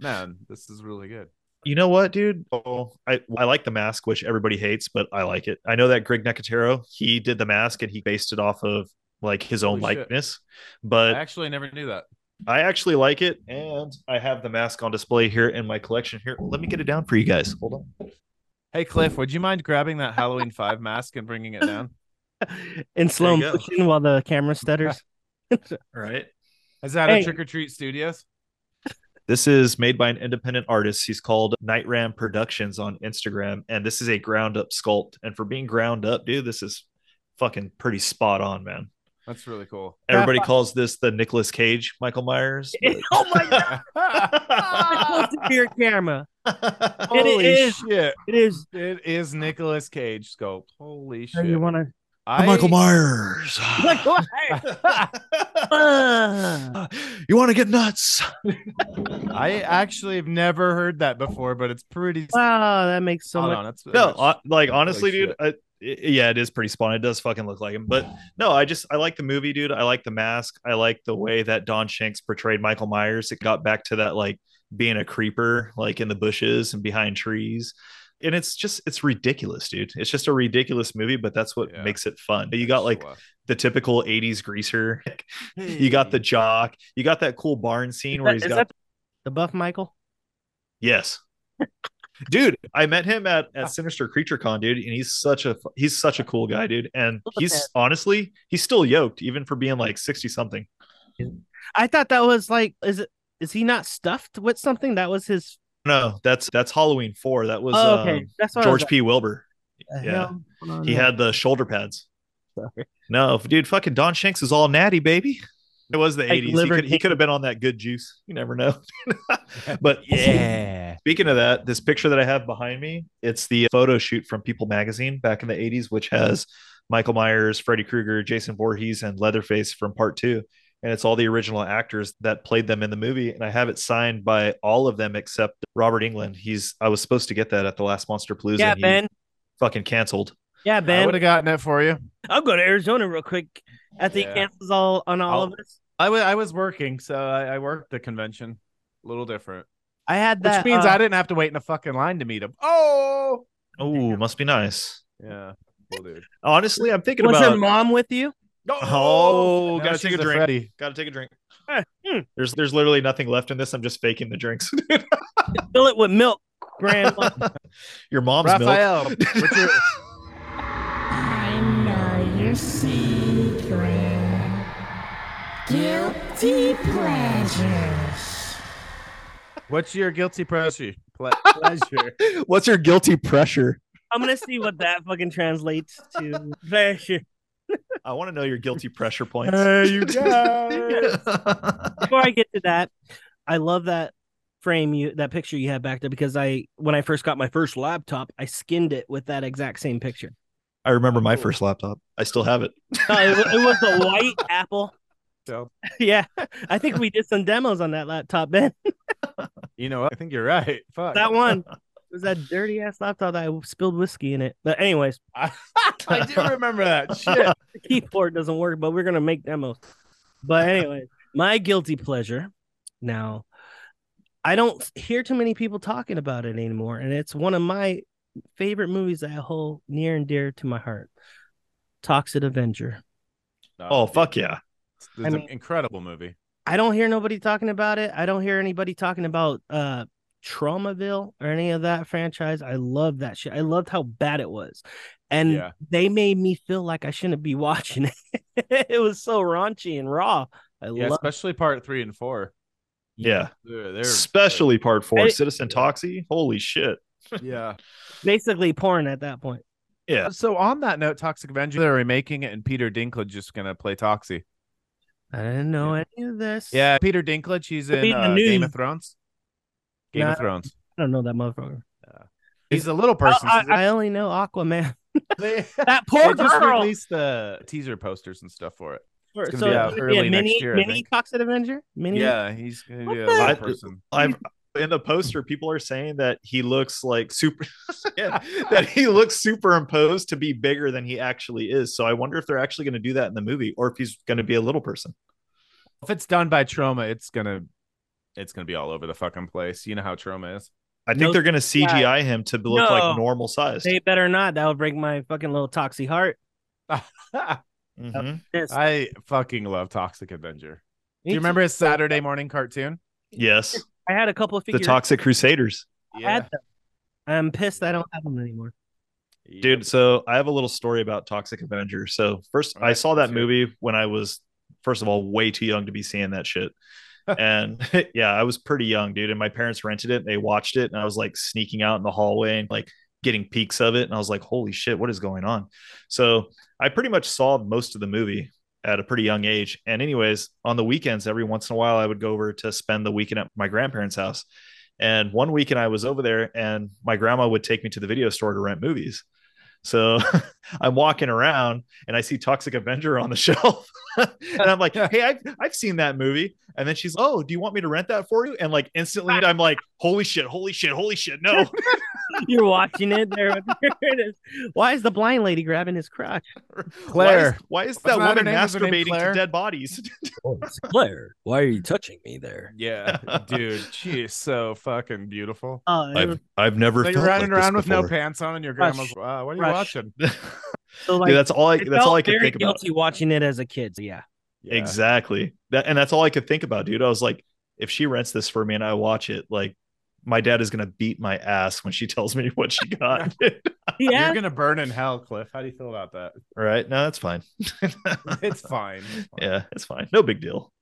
A: Man, this is really good.
C: You know what, dude? Oh, I I like the mask, which everybody hates, but I like it. I know that Greg Nicotero, he did the mask and he based it off of like his own
A: Holy shit.
C: likeness,
A: I
C: but
A: actually never knew that.
C: I actually like it, and I have the mask on display here in my collection. Here, let me get it down for you guys. Hold on.
A: Hey Cliff, would you mind grabbing that Halloween five mask and bringing it down?
B: In slow
C: you go.
B: motion while the camera stutters.
C: All right.
A: Is that
B: Hey.
A: a Trick or Treat Studios?
C: This is made by an independent artist. He's called Night Ram Productions on Instagram, and this is a ground up sculpt. And for being ground up, dude, this is fucking pretty spot on, man.
A: That's really cool.
C: Everybody calls this the Nicolas Cage Michael Myers.
B: oh, my God.
C: but-
B: Close to your camera.
A: Holy
B: is.
A: shit.
B: It is.
A: It is Nicolas Cage sculpt. Holy
B: So
A: shit.
B: you want to
A: I,
C: Myers. you want to get nuts?
A: I actually have never heard that before, but it's pretty.
B: wow, that makes so
A: Hold
B: much.
A: on, that's-
C: No, uh,
A: that's-
C: hon- like honestly,
A: shit.
C: dude. I, i- yeah, it is pretty spawn. It does fucking look like him. But no, I just I like the movie, dude. I like the mask. I like the way that Don Shanks portrayed Michael Myers. It got back to that like being a creeper, like in the bushes and behind trees. And it's just it's ridiculous, dude. It's just a ridiculous movie, but that's what
A: Yeah.
C: makes it fun. You got like
A: Sure.
C: the typical 80s greaser. You got the jock. You got that cool barn scene where
B: Is
C: he's got
B: that the buff Michael?
C: Yes. dude, I met him at at Sinister Creature Con, dude, and he's such a fu- he's such a cool guy, dude. And
B: Look at
C: he's
B: that.
C: honestly, he's still yoked even for being like 60 something.
B: I thought that was like, is it? Is he not stuffed with something? That was his.
C: No, that's that's Halloween 4. That was
B: Oh, okay,
C: um,
B: that's what I was
C: George P. Wilbur.
B: like,
C: yeah.
B: hell? Hold on,
C: He
B: hold
C: had the shoulder pads.
B: on.
C: No, dude, fucking Don Shanks is all natty, baby. It was the 80s. He
B: liver
C: could, he
B: cake.
C: could have been on that good juice. You never know. but Speaking of that, this picture that I have behind me, it's the photo shoot from People magazine back in the 80s, which has Michael Myers, Freddy Krueger, Jason Voorhees, and Leatherface from part two. And it's all the original actors that played them in the movie. And I have it signed by all of them except Robert England. He's I was supposed to get that at the last Monster Palooza.
B: Yeah,
C: and he
B: Ben.
C: Fucking canceled.
B: Yeah,
A: I
B: Ben.
A: would have gotten it for you.
B: I'll go to Arizona real quick after
A: Yeah.
B: he cancels all on all
A: I'll-
B: of us.
A: I wa- I was working, so I, I worked the convention. A little different,
B: I had
A: which
B: that.
A: means
B: uh,
A: I didn't have to wait in a fucking line to meet him. Oh,
C: Oh, must be nice.
A: yeah, cool dude.
C: Honestly, I'm thinking
B: was
C: about
B: her mom with you?
C: Oh,
A: Now
C: gotta take
A: she's
C: a drink.
A: Freddy.
C: Gotta take a drink.
B: Eh, hmm.
C: There's there's literally nothing left in this. I'm just faking the drinks.
B: Fill it with milk, Grandma.
C: Your mom's milk.
A: Raphael, what's your-
E: I know your secret. Guilty pleasures.
A: what's your guilty pleasure? Ple- pleasure.
C: What's your guilty pressure?
B: I'm gonna see what that fucking translates to. Pleasure.
C: I want to know your guilty pressure points.
A: you guys.
B: Before I get to that, I love that frame you that picture you have back there because I when I first got my first laptop, I skinned it with that exact same picture.
C: I remember my first laptop. I still have it.
B: No, it, wa- it was a white Apple.
A: So-
B: yeah, I think we did some demos on that laptop, Ben.
A: you know, what? I think you're right. Fuck
B: That one it was that dirty ass laptop that I spilled whiskey in it. But anyways,
A: I, I do remember that shit.
B: the keyboard doesn't work, but we're gonna make demos. But anyway, my guilty pleasure. Now, I don't hear too many people talking about it anymore, and it's one of my favorite movies that I hold near and dear to my heart. Toxic Avenger.
C: Oh fuck yeah!
A: It's,
B: I mean-
A: an incredible movie.
B: I don't hear nobody talking about it. I don't hear anybody talking about uh Traumaville or any of that franchise. I love that shit. I loved how bad it was. And
A: Yeah.
B: they made me feel like I shouldn't be watching it. it was so raunchy and raw. I
A: Yeah,
B: love
A: especially part three and four.
C: Yeah,
A: They're, they're
C: especially part four,
B: Hey.
C: Citizen Toxie. Holy shit!
A: yeah.
B: basically porn at that point.
C: Yeah,
A: So on that note, Toxic Avenger, they're remaking it, and Peter Dinklage just gonna play Toxie.
B: I didn't know any of this.
A: Yeah, Peter Dinklage, he's
B: Could be
A: in
B: in the
A: uh, Game
B: news.
A: of Thrones. Game
B: Nah.
A: of Thrones.
B: I don't know that motherfucker.
A: He's a little
B: I,
A: person. so
B: Oh, I- I only know Aquaman.
A: they,
B: That
A: they
B: poor
A: just
B: girl.
A: released the teaser posters and stuff for it.
B: so
A: gonna be out
B: it's gonna be a
A: early next
B: mini,
A: year, I
B: mini
A: think.
B: Toxic Avenger. Mini.
A: Yeah, he's gonna be a
B: What the-
A: little
C: I-
A: person.
C: I've in the poster. People are saying that he looks like super. yeah, that he looks superimposed to be bigger than he actually is. So I wonder if they're actually going to do that in the movie, or if he's going to be a little person.
A: If it's done by Trauma, it's gonna it's gonna be all over the fucking place. You know how Trauma is.
C: I think
B: No
C: they're going to CGI him to look
B: No.
C: like normal size.
B: They better not. That would break my fucking little toxic heart.
C: Mm-hmm.
B: Yes.
A: I fucking love Toxic Avenger. Do you remember his Saturday morning cartoon?
C: Yes,
B: I had a couple of
C: the
B: figures.
C: Toxic Crusaders.
B: I had them. I'm pissed I don't have them anymore.
C: dude so i have a little story about toxic avenger so first
A: All
C: i
A: right,
C: saw that
A: let's hear it.
C: movie when i was first of all way too young to be seeing that shit and yeah i was pretty young dude and my parents rented it and they watched it and i was like sneaking out in the hallway and like getting peeks of it and i was like holy shit what is going on so i pretty much saw most of the movie at a pretty young age and anyways on the weekends every once in a while i would go over to spend the weekend at my grandparents house and one weekend i was over there and my grandma would take me to the video store to rent movies So I'm walking around and I see Toxic Avenger on the shelf. and I'm like, hey, I've, I've seen that movie. And then she's, oh, do you want me to rent that for you? And like instantly I'm like, holy shit, holy shit, holy shit. No.
B: You're watching it there. with- there it is. Why is the blind lady grabbing his crotch?
A: Claire.
C: Why is, why is
A: Wasn't
C: that
A: that her
C: woman
A: name? Was her name
C: masturbating
A: Claire?
C: to dead bodies?
F: Oh, it's Claire, why are you touching me there?
A: Yeah, dude, she is so fucking beautiful.
B: Oh, it was-
C: I've never
A: So you're running around with no pants on, and your
B: Rush.
A: grandma's, uh, "What are you
B: Rush.
A: watching?"
B: so like
C: Dude, that's all I
B: it
C: that's all I
B: felt
C: could
B: very
C: think about.
B: guilty watching it as a kid. So yeah,
A: Yeah.
C: Exactly. That and that's all I could think about, dude. I was like, if she rents this for me and I watch it, like my dad is gonna beat my ass when she tells me what she got.
A: You're gonna burn in hell, Cliff. How do you feel about that?
C: right? No, that's fine.
A: It's fine. It's fine.
C: yeah, it's fine. No big deal.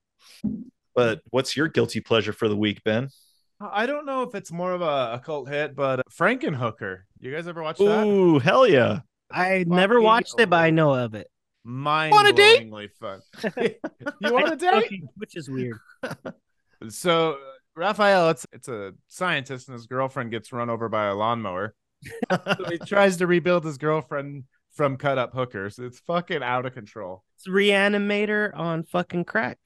C: But what's your guilty pleasure for the week, Ben?
A: I don't know if it's more of a, a cult hit, but Frankenhooker. You guys ever watch that?
C: Ooh, hell yeah.
B: I never watched it, but I know of it.
A: Mind
C: Want a date?
A: blowingly fun. you want a date?
B: Which is weird.
A: So uh, Raphael, it's it's a scientist, and his girlfriend gets run over by a lawnmower. so he tries to rebuild his girlfriend from cut up hookers. It's fucking out of control.
B: It's Reanimator on fucking crack.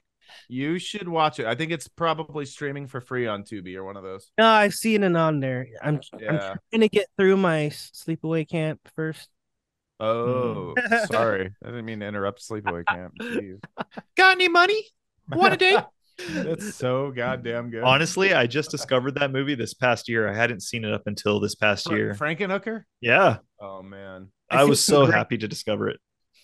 A: You should watch it. I think it's probably streaming for free on Tubi or one of those.
B: No, I've seen it on there. I'm I'm
A: Yeah.
B: trying to get through my sleepaway camp first.
A: Oh,
C: Hmm.
A: sorry. I didn't mean to interrupt Sleepaway Camp. Jeez.
C: Got any money?
A: Want a date? That's so goddamn good.
C: Honestly, I just discovered that movie this past year. I hadn't seen it up until this past
A: Fra-
C: year.
A: Frankenhooker?
C: Yeah.
A: Oh man,
C: I,
B: see
C: was
B: some
C: so
B: great-
C: happy to discover it.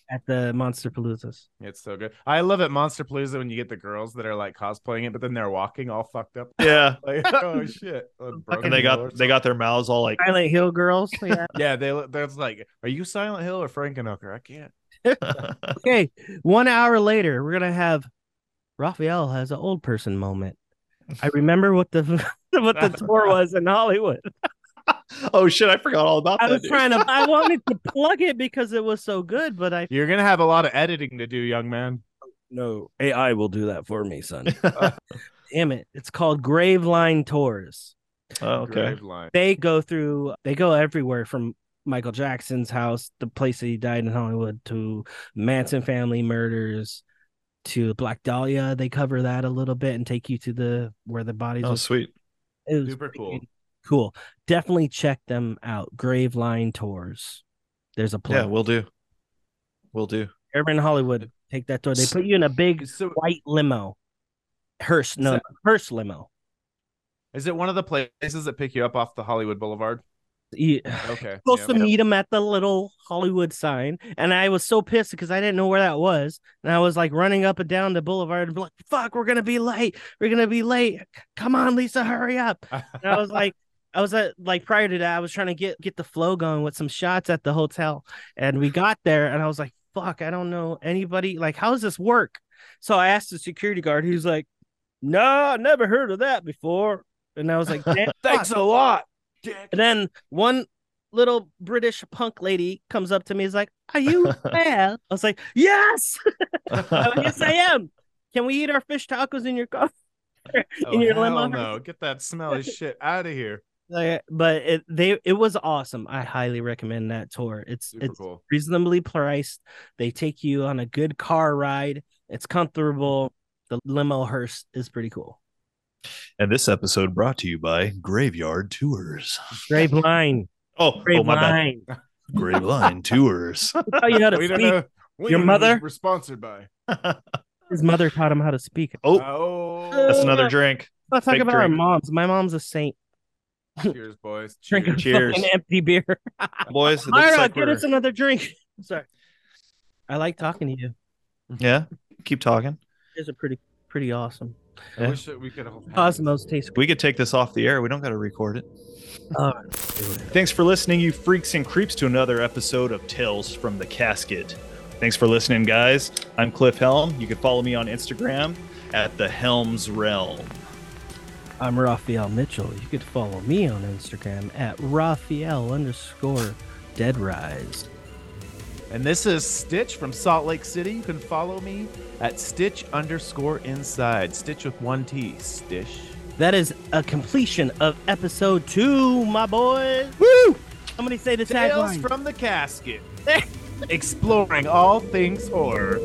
B: at the Monster Paloozas.
A: it's so good. I love at Monster Palooza when you get the girls that are like cosplaying it, but then they're walking all fucked up.
C: Yeah.
A: Like, oh shit! A broken
C: And they
A: door.
C: got they got their mouths all like
B: Silent Hill girls. Yeah.
A: yeah. They look- they're just like, are you Silent Hill or Frankenhooker? I can't.
B: okay. One hour later, we're gonna have Raphael has an old person moment. I remember what the what the tour was in Hollywood.
C: Oh shit, I forgot all about
B: I
C: that.
B: was
C: dude.
B: trying to I wanted to plug it because it was so good, but I
A: You're gonna have a lot of editing to do, young man.
F: No, AI will do that for me, son.
B: damn it. It's called Graveline Tours.
C: Oh, okay.
A: Grave line.
B: They go through they go everywhere from Michael Jackson's house, the place that he died in Hollywood, to Manson family murders, to Black Dahlia. They cover that a little bit and take you to the where the bodies
C: Oh,
B: was
C: sweet.
B: It was
A: Super cool.
B: freaking Cool. Definitely check them out. Graveline Tours. There's a
C: Yeah,
B: plug.
C: we'll do. We'll do.
B: Ever in Hollywood, take that tour. They put you in a big
A: So,
B: white limo. Hearse, no,
A: that-
B: hearse limo.
A: is it one of the places that pick you up off the Hollywood Boulevard?
B: You,
A: Okay.
B: supposed
A: yeah.
B: to meet him at the little Hollywood sign, and I was so pissed because I didn't know where that was, and I was like running up and down the boulevard and be like, "Fuck, we're gonna be late. We're gonna be late. Come on, Lisa, hurry up!" And I was like, I was at like prior to that, I was trying to get get the flow going with some shots at the hotel, and we got there, and I was like, "Fuck, I don't know anybody. Like, how does this work?" So I asked the security guard, who's like, "No, I never heard of that before," and I was like, "Damn,
A: Thanks a lot.
B: and then one little British punk lady comes up to me, is like, Are you well? I was like, Yes, I was, yes, I am. Can we eat our fish tacos in your car?
A: Oh,
B: in your
A: hell
B: limo?
A: no! Get that smelly shit out of here.
B: Like, but it they it was awesome. I highly recommend that tour. It's
A: Super
B: it's
A: cool.
B: reasonably priced. They take you on a good car ride. It's comfortable. The limo hearse is pretty cool.
C: and this episode brought to you by Graveyard Tours.
B: Grape line.
C: Oh,
B: Grape
C: oh my bad.
B: line.
C: Grave Line Tours.
B: Tell you how to
A: We
B: speak.
A: don't know. We
B: Your
A: don't know who
B: mother?
A: We're sponsored by.
B: His mother taught him how to speak.
C: Oh, that's
A: Oh,
C: another drink.
B: Let's talk
C: Big
B: about our
C: drink.
B: moms. My mom's a saint.
A: cheers, boys.
B: Drink a
A: Cheers.
C: Cheers.
B: fucking empty beer.
C: Boys, it
B: Myra,
C: looks like
B: get
C: we're-
B: us another drink. Sorry. I like talking to you.
C: yeah. Keep talking.
B: These are pretty pretty awesome.
A: I wish that we could hold
B: Cosmos tastes Uh,
C: We could take this off the air. We don't got to record it.
B: All
C: Thanks for listening, you freaks and creeps, to another episode of Tales from the Casket. Thanks for listening, guys. I'm Cliff Helm. You can follow me on Instagram at the Helms Realm.
B: I'm Raphael Mitchell. You could follow me on Instagram at Raphael underscore deadrise.
A: And this is Stitch from Salt Lake City. You can follow me at Stitch underscore inside. Stitch with one T. Stitch.
B: That is a completion of episode two, my boys.
C: Woo!
B: Somebody say the
A: Tales
B: tagline.
A: from the Casket, exploring all things horror.